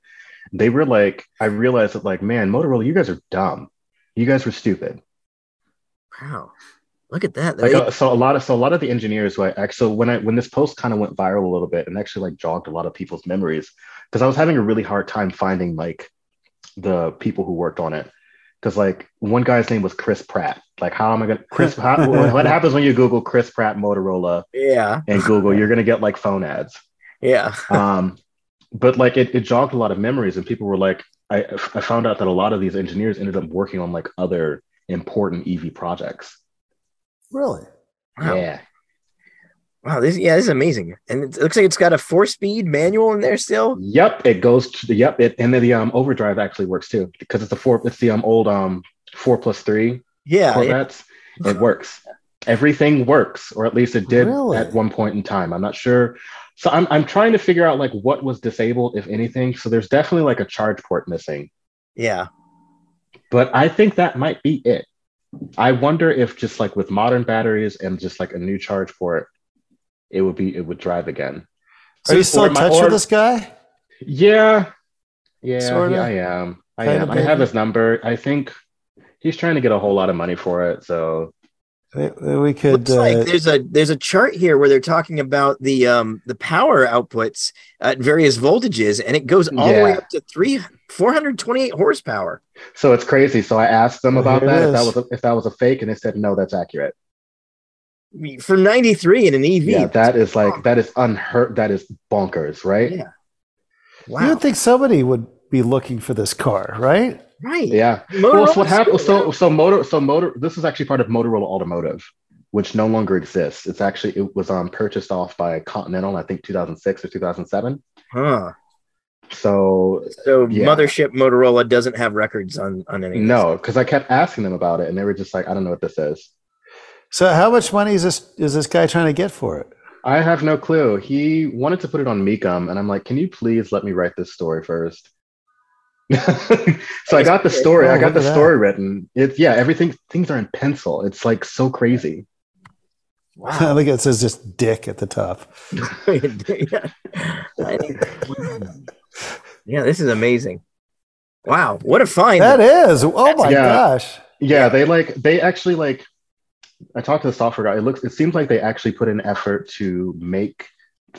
S4: they were like, I realized that like, man, Motorola, you guys are dumb. You guys were stupid.
S1: Wow, look at that!
S4: Like, uh, so a lot of so a lot of the engineers who I act- so when I when this post kind of went viral a little bit and actually like jogged a lot of people's memories because I was having a really hard time finding like the people who worked on it because like one guy's name was Chris Pratt like how am I gonna Chris how, what what happens when you Google Chris Pratt Motorola
S1: yeah,
S4: and Google you're gonna get like phone ads
S1: yeah.
S4: um, but like it, it jogged a lot of memories and people were like I I found out that a lot of these engineers ended up working on like other important EV projects
S5: Really?
S1: Wow.
S4: yeah
S1: Wow, this yeah, this is amazing, and it looks like it's got a four-speed manual in there still.
S4: Yep, it goes. To, yep, it and then the um overdrive actually works too because it's the four. It's the um old um four plus three
S1: Yeah, yeah.
S4: Corvettes. It works. everything works, or at least it did
S5: Really?
S4: at one point in time. I'm not sure. So I'm I'm trying to figure out like what was disabled, if anything. So there's definitely like a charge port missing.
S1: Yeah.
S4: But I think that might be it. I wonder if just like with modern batteries and just like a new charge port, it would be it would drive again.
S5: So you still
S4: Or
S5: in
S4: my-
S5: touch
S4: or-
S5: with this guy?
S4: Yeah. Yeah,
S5: Sorta.
S4: yeah, I am. I
S5: Kinda
S4: am. I have
S5: maybe.
S4: his number. I think he's trying to get a whole lot of money for it. So
S5: We, we could.
S1: Looks like
S5: uh,
S1: there's a there's a chart here where they're talking about the um the power outputs at various voltages, and it goes all the way
S4: Yeah.
S1: up to three four hundred twenty eight horsepower.
S4: so it's crazy. So I asked them
S5: Well,
S4: about
S5: here
S4: that if
S5: it
S4: that
S5: is.
S4: was a, if that was a fake, and they said no, that's accurate.
S1: I mean, For ninety three in an E EV.
S4: Yeah, that is like that is unheard. That is bonkers, right?
S1: Yeah.
S4: Yeah.
S5: You
S1: wow.
S5: would think somebody would be looking for this car, right?
S1: right.
S4: Well,
S1: Motorola's
S4: so what happened?
S1: still
S4: So
S1: around.
S4: so motor so motor. This is actually part of Motorola Automotive, which no longer exists. It's actually it was um purchased off by Continental, I think 2006 or 2007.
S1: Huh.
S4: So
S1: So
S4: Yeah.
S1: mothership Motorola doesn't have records on on any. of this.
S4: No, because I kept asking them about it, and they were just like, "I don't know what this is."
S5: So how much money is this is this guy trying to get for it?
S4: I have no clue. He wanted to put it on Mecum, and I'm like, "Can you please let me write this story first? so I got the story.
S5: Oh,
S4: I got
S5: look
S4: the
S5: at that.
S4: story written. It's yeah, everything. Things are in pencil. It's like so crazy.
S5: I think it says just "dick" at the top.
S1: yeah. I think- yeah, this is amazing. Wow, what a find!
S5: That is. Oh my
S4: Yeah.
S5: gosh!
S4: Yeah, they like they actually like. I talked to the software guy. It looks. It seems like they actually put in effort to make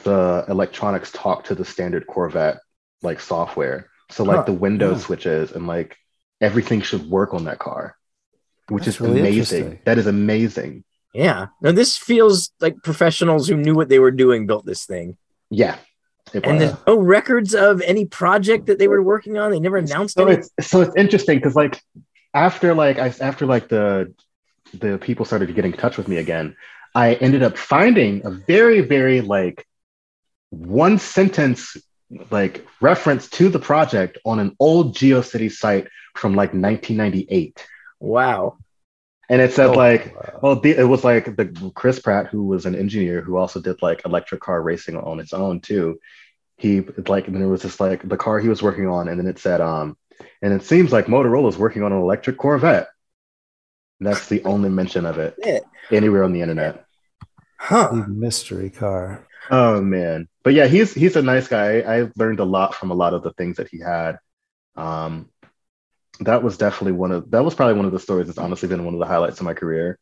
S4: the electronics talk to the standard Corvette like software. So like
S1: Huh,
S4: the window
S5: yeah.
S4: switches and like everything should work on that car, which
S5: That's
S4: is
S5: really
S4: amazing.
S5: interesting.
S4: That is amazing.
S1: yeah, now this feels like professionals who knew what they were doing built this thing,
S4: Yeah. It
S1: and
S4: was.
S1: there's no records of any project that they were working on. They never announced
S4: so
S1: it.
S4: it's so it's interesting because like after like I after like the the people started to get in touch with me again, I ended up finding a very very like one sentence like reference to the project on an old GeoCity site from like 1998,
S1: Wow,
S4: and it said
S5: Oh,
S4: like.
S5: wow.
S4: Well, the, it was like the Chris Pratt, who was an engineer who also did like electric car racing on its own too. He like, and then it was just like the car he was working on, and then it said, um, and it seems like Motorola's working on an electric Corvette. And that's the only mention of it
S1: Yeah.
S4: anywhere on the internet.
S1: huh?
S5: The mystery car.
S4: Oh man, but yeah, he's he's a nice guy. I learned a lot from a lot of the things that he had. Um, that was definitely one of that was probably one of the stories that's honestly been one of the highlights of my career.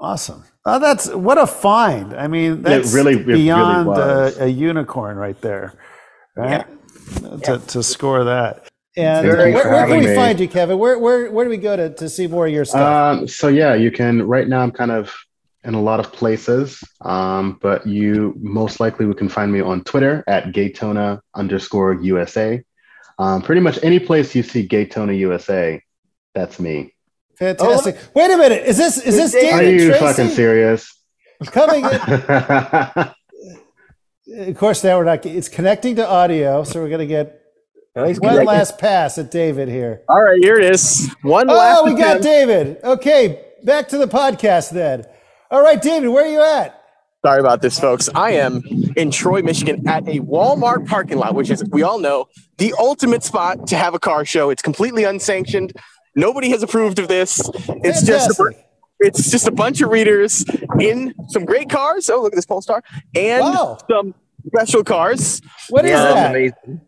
S5: Awesome. Oh, that's what a find. I mean, that's
S4: really- it really
S5: beyond uh,
S4: was.
S5: a, a unicorn right there. Right? To,
S1: Yeah.
S5: to score that. And
S4: Thank
S5: uh,
S4: you
S5: where,
S4: for
S5: where can
S4: having
S5: we
S4: me.
S5: find you, Kevin? Where, where where do we go to, to see more of your stuff?
S4: Um, so yeah, you can. Right now, I'm kind of in a lot of places, um, but you most likely we can find me on Twitter at Gaytona underscore USA. Um, pretty much any place you see Gaytona USA, that's me.
S5: Fantastic. Oh, Wait a minute. Is this is this
S4: Are
S5: David
S4: you fucking
S5: Tracy
S4: serious?
S5: coming? in?
S4: yeah,
S5: Of course, now we're not. It's connecting to audio, so we're gonna get
S1: Well, he's
S5: one
S1: connected.
S5: last pass at David here.
S6: All right, here it is. One last
S5: Oh, we got
S6: attempt.
S5: David. Okay, back to the podcast then. All right, David, where are you at?
S6: Sorry about this, folks. I am in Troy, Michigan at a Walmart parking lot, which is, we all know, the ultimate spot to have a car show. It's completely unsanctioned. Nobody has approved of this. It's just
S5: Fantastic.
S6: it's just a bunch of readers in some great cars. Oh, look at this Polestar and
S5: wow.
S6: some special cars.
S5: What is
S1: Yeah,
S5: that?
S1: amazing.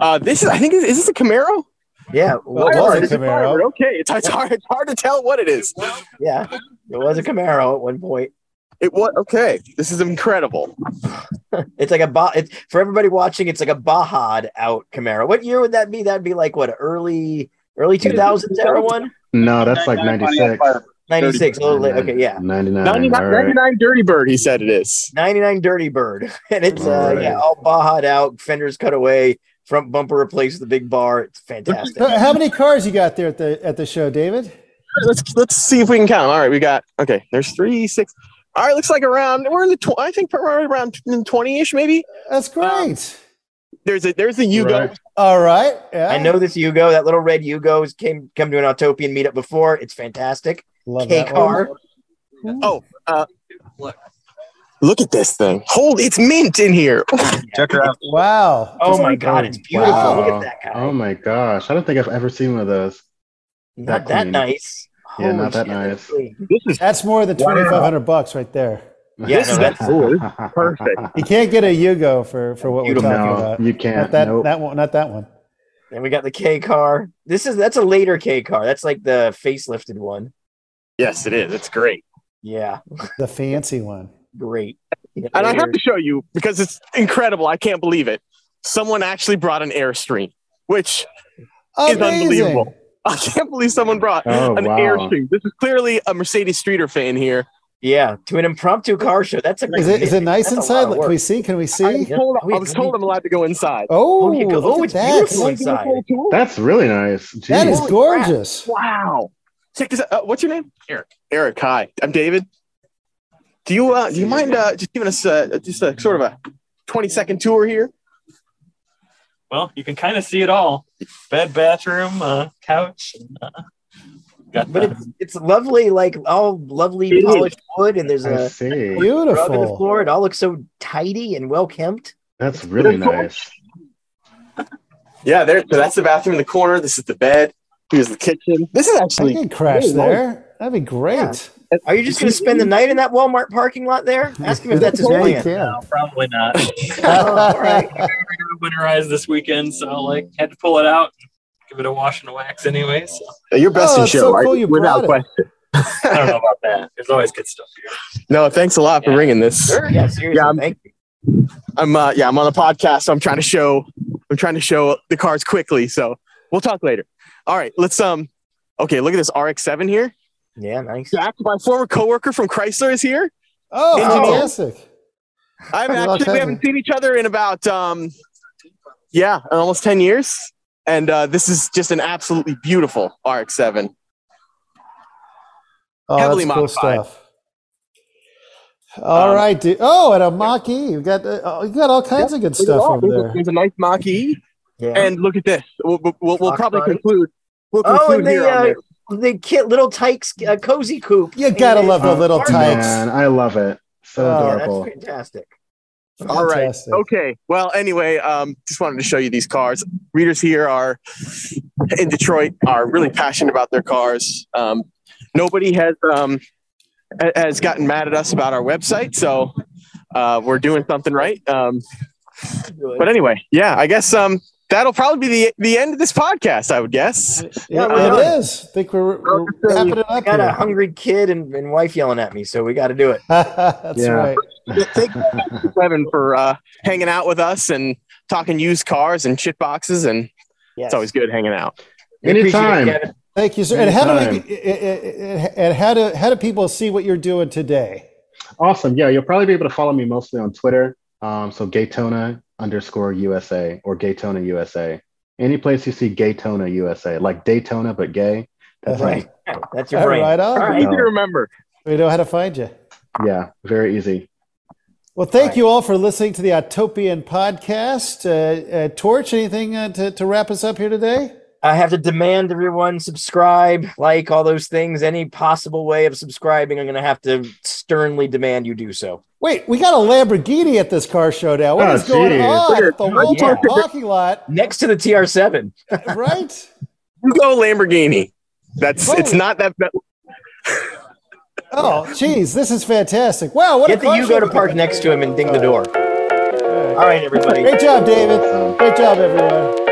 S6: Uh, this is, I think, is this a Camaro?
S1: yeah, it
S5: Well, it was a
S1: was-
S5: Camaro.
S6: Okay, it's, it's, hard, it's hard to tell what it is.
S1: yeah, it was a Camaro at one point.
S6: It what? Okay, this is incredible.
S1: It's like a ba- it's for everybody watching, it's like a Bahad out Camaro. What year would that be? That'd be like what early early two thousands everyone?
S4: no, that's like 96.
S1: Ninety six, a little late. Oh, Okay, yeah.
S4: 99.
S6: 99,
S4: all right.
S6: 99 Dirty Bird, he said it is.
S1: 99 Dirty Bird. And it's uh
S4: Alright.
S1: yeah, all Bahad out, fenders cut away, front bumper replaced with the big bar. It's fantastic.
S5: Uh, How many cars you got there at the at the show, David?
S6: Let's let's see if we can count. All right, we got okay. There's three, six. All right, looks like around we're in the tw- I think we're around twenty ish maybe.
S5: That's
S1: Um,
S5: great.
S6: There's a there's the Yugo.
S4: Right.
S5: All right. Yeah.
S1: I know this Yugo, that little red Yugo has came come to an Autopian meetup before. It's fantastic.
S5: Love
S1: K
S5: that one.
S1: car.
S2: Oh, uh, look at this thing. Hold, it's mint in here.
S7: Check her out.
S5: Wow.
S8: Oh my God, it's beautiful.
S5: Wow.
S8: Look at that guy.
S4: Oh my gosh. I don't think I've ever seen one of those.
S1: Not
S4: That
S1: that
S4: clean.
S1: nice.
S4: Yeah, not that
S1: shit, that's
S4: nice.
S1: clean.
S2: This is
S5: That's more than twenty five hundred bucks right there.
S2: Yes, that's cool. perfect.
S5: You can't get a Yugo for for what
S4: No,
S5: we're talking about.
S4: you can't.
S5: Not that
S4: nope.
S5: that one. Not that one.
S1: And we got the K car. This is that's a later K car. That's like the facelifted one.
S2: Yes, it is. It's great.
S1: Yeah,
S5: The fancy one.
S1: great.
S2: And I have to show you because it's incredible. I can't believe it. Someone actually brought an Airstream, which
S5: Amazing.
S2: unbelievable. I can't believe someone brought
S4: Oh,
S2: an
S4: wow.
S2: Airstream. This is clearly a Mercedes Streeter fan here.
S1: Yeah, to an impromptu car show. That's a
S5: Is it is it nice
S1: that's a lot
S5: inside?
S1: of
S5: Like, can
S1: work.
S5: we see? Can we
S2: I was
S5: see?
S2: told, I
S1: Wait,
S2: was
S1: wait.
S2: told I'm allowed to go inside.
S5: Oh,
S1: Oh, you go-
S5: look
S1: oh,
S5: at
S1: it's
S5: that.
S1: beautiful
S2: Wanna give me a
S1: inside.
S2: full tour?
S4: That's really nice.
S5: That is
S4: Jeez.
S5: gorgeous.
S2: Wow. Check this out. Uh, what's your name? Eric. Eric. Hi. I'm David. Do you uh, do you mind uh, just giving us uh, just a sort of a 20 second tour here?
S7: Well, you can kind of see it all: bed, bathroom, uh, couch. and, uh, got
S1: But
S7: the-
S1: it's it's lovely, like all lovely
S2: It is.
S1: polished wood, and there's
S4: I
S1: a
S4: see.
S1: rug on the
S5: Beautiful.
S1: floor. It all looks so tidy and well kempt.
S4: That's really nice.
S2: Yeah, there. So that's the bathroom in the corner. This is the bed. Here's the kitchen. This is
S5: I
S2: actually
S5: can crash
S2: Really nice.
S5: there. That'd be great.
S1: Are you just going to spend the night in that Walmart parking lot there? Ask him if that's his
S5: Totally
S1: plan.
S5: can.
S7: no, probably not.
S1: Oh, all right.
S7: Winterized this weekend, so like had to pull it out, give it a wash and a wax anyway. So
S2: Uh, your best
S5: Oh,
S2: in
S5: it's
S2: show,
S5: so
S2: right?
S5: cool you
S2: without
S5: brought it.
S2: question.
S7: I don't know about that. There's always good stuff here.
S2: No, thanks a lot for
S7: Yeah.
S2: ringing this.
S1: Yeah, seriously.
S2: Yeah, I'm-
S1: thank you.
S2: I'm uh, yeah, I'm on a podcast, so I'm trying to show I'm trying to show the cars quickly. So we'll talk later. All right, let's um. Okay, look at this RX-7 here.
S1: Yeah, nice.
S2: Jack, my former coworker from Chrysler, is here.
S5: Oh,
S2: Engineer.
S5: fantastic.
S2: I've
S5: I love
S2: actually we
S5: Tesla.
S2: haven't seen each other in about um, yeah, in almost ten years, and uh, this is just an absolutely beautiful RX-7.
S5: Oh,
S2: Heavily
S5: that's cool
S2: modified.
S5: stuff. All
S2: Um,
S5: right, dude. Oh, and a Mach E. You got uh, oh, you got all kinds of
S2: Look
S5: good
S2: at
S5: stuff
S2: that.
S5: over
S2: There's a-
S5: there.
S2: There's a nice Mach-E,
S1: Yeah.
S2: and look at this. We'll, we'll, we'll, we'll probably
S1: Foxconn.
S2: conclude. We'll
S1: Oh,
S2: conclude
S1: and they,
S2: here on
S1: uh,
S2: this.
S1: the kid, little Tyke's uh, cozy coop.
S5: You gotta love the little
S1: Oh,
S5: tykes.
S4: Man, I love it. So
S5: Oh,
S1: Yeah,
S4: adorable.
S1: that's fantastic.
S2: All right.
S5: Fantastic.
S2: Okay. Well, anyway, um, just wanted to show you these cars. Readers here are in Detroit are really passionate about their cars. Um, nobody has um, ha- has gotten mad at us about our website, so uh, we're doing something right. Um,
S1: Good.
S2: but anyway, yeah, I guess um, that'll probably be the, the end of this podcast. I would guess.
S5: Yeah,
S1: Yeah,
S5: it
S1: we're
S5: is. I think we're, we're
S2: so
S5: wrapping it up
S1: I got a
S5: here.
S1: hungry kid and, and wife yelling at me, so we got to do it.
S5: That's
S4: Yeah.
S5: right.
S2: Thank you, Evan, for uh, hanging out with us and talking used cars and shit boxes, and
S1: Yes.
S2: it's always good hanging out.
S1: We appreciate it,
S4: Anytime.
S1: Kevin.
S5: Thank you, sir. And how do
S4: Anytime.
S5: we, and how do how do people see what you're doing today?
S4: Awesome. Yeah, you'll probably be able to follow me mostly on Twitter. Um, so Gaytona underscore USA or Gaytona USA. Any place you see Gaytona USA, like Daytona but gay. That's
S1: Uh-huh.
S5: Right.
S4: right.
S1: That's your
S5: All
S1: brain.
S5: right, on.
S2: All right, easy to remember.
S5: We know how to find you.
S4: Yeah, very easy.
S5: Well, thank
S1: right.
S5: you all for listening to the Autopian podcast. Uh, uh, Torch, anything uh, to, to wrap us up here today?
S1: I have to demand everyone subscribe, like all those things. Any possible way of subscribing, I'm going to have to sternly demand you do so.
S5: Wait, we got a Lamborghini at this car show now. What
S4: Oh,
S5: is going
S4: geez.
S5: on at the Walmart
S1: Yeah.
S5: parking lot?
S1: Next to the TR7.
S5: Right?
S2: You go Lamborghini. That's
S5: Whoa.
S2: it's not that, that
S5: Oh, geez, this is fantastic! Wow, what
S1: Get
S5: a
S1: the
S5: car show.
S1: Yugo to park next to him and ding the door. All right, everybody.
S5: Great job, David.
S4: So-
S5: Great job, everyone.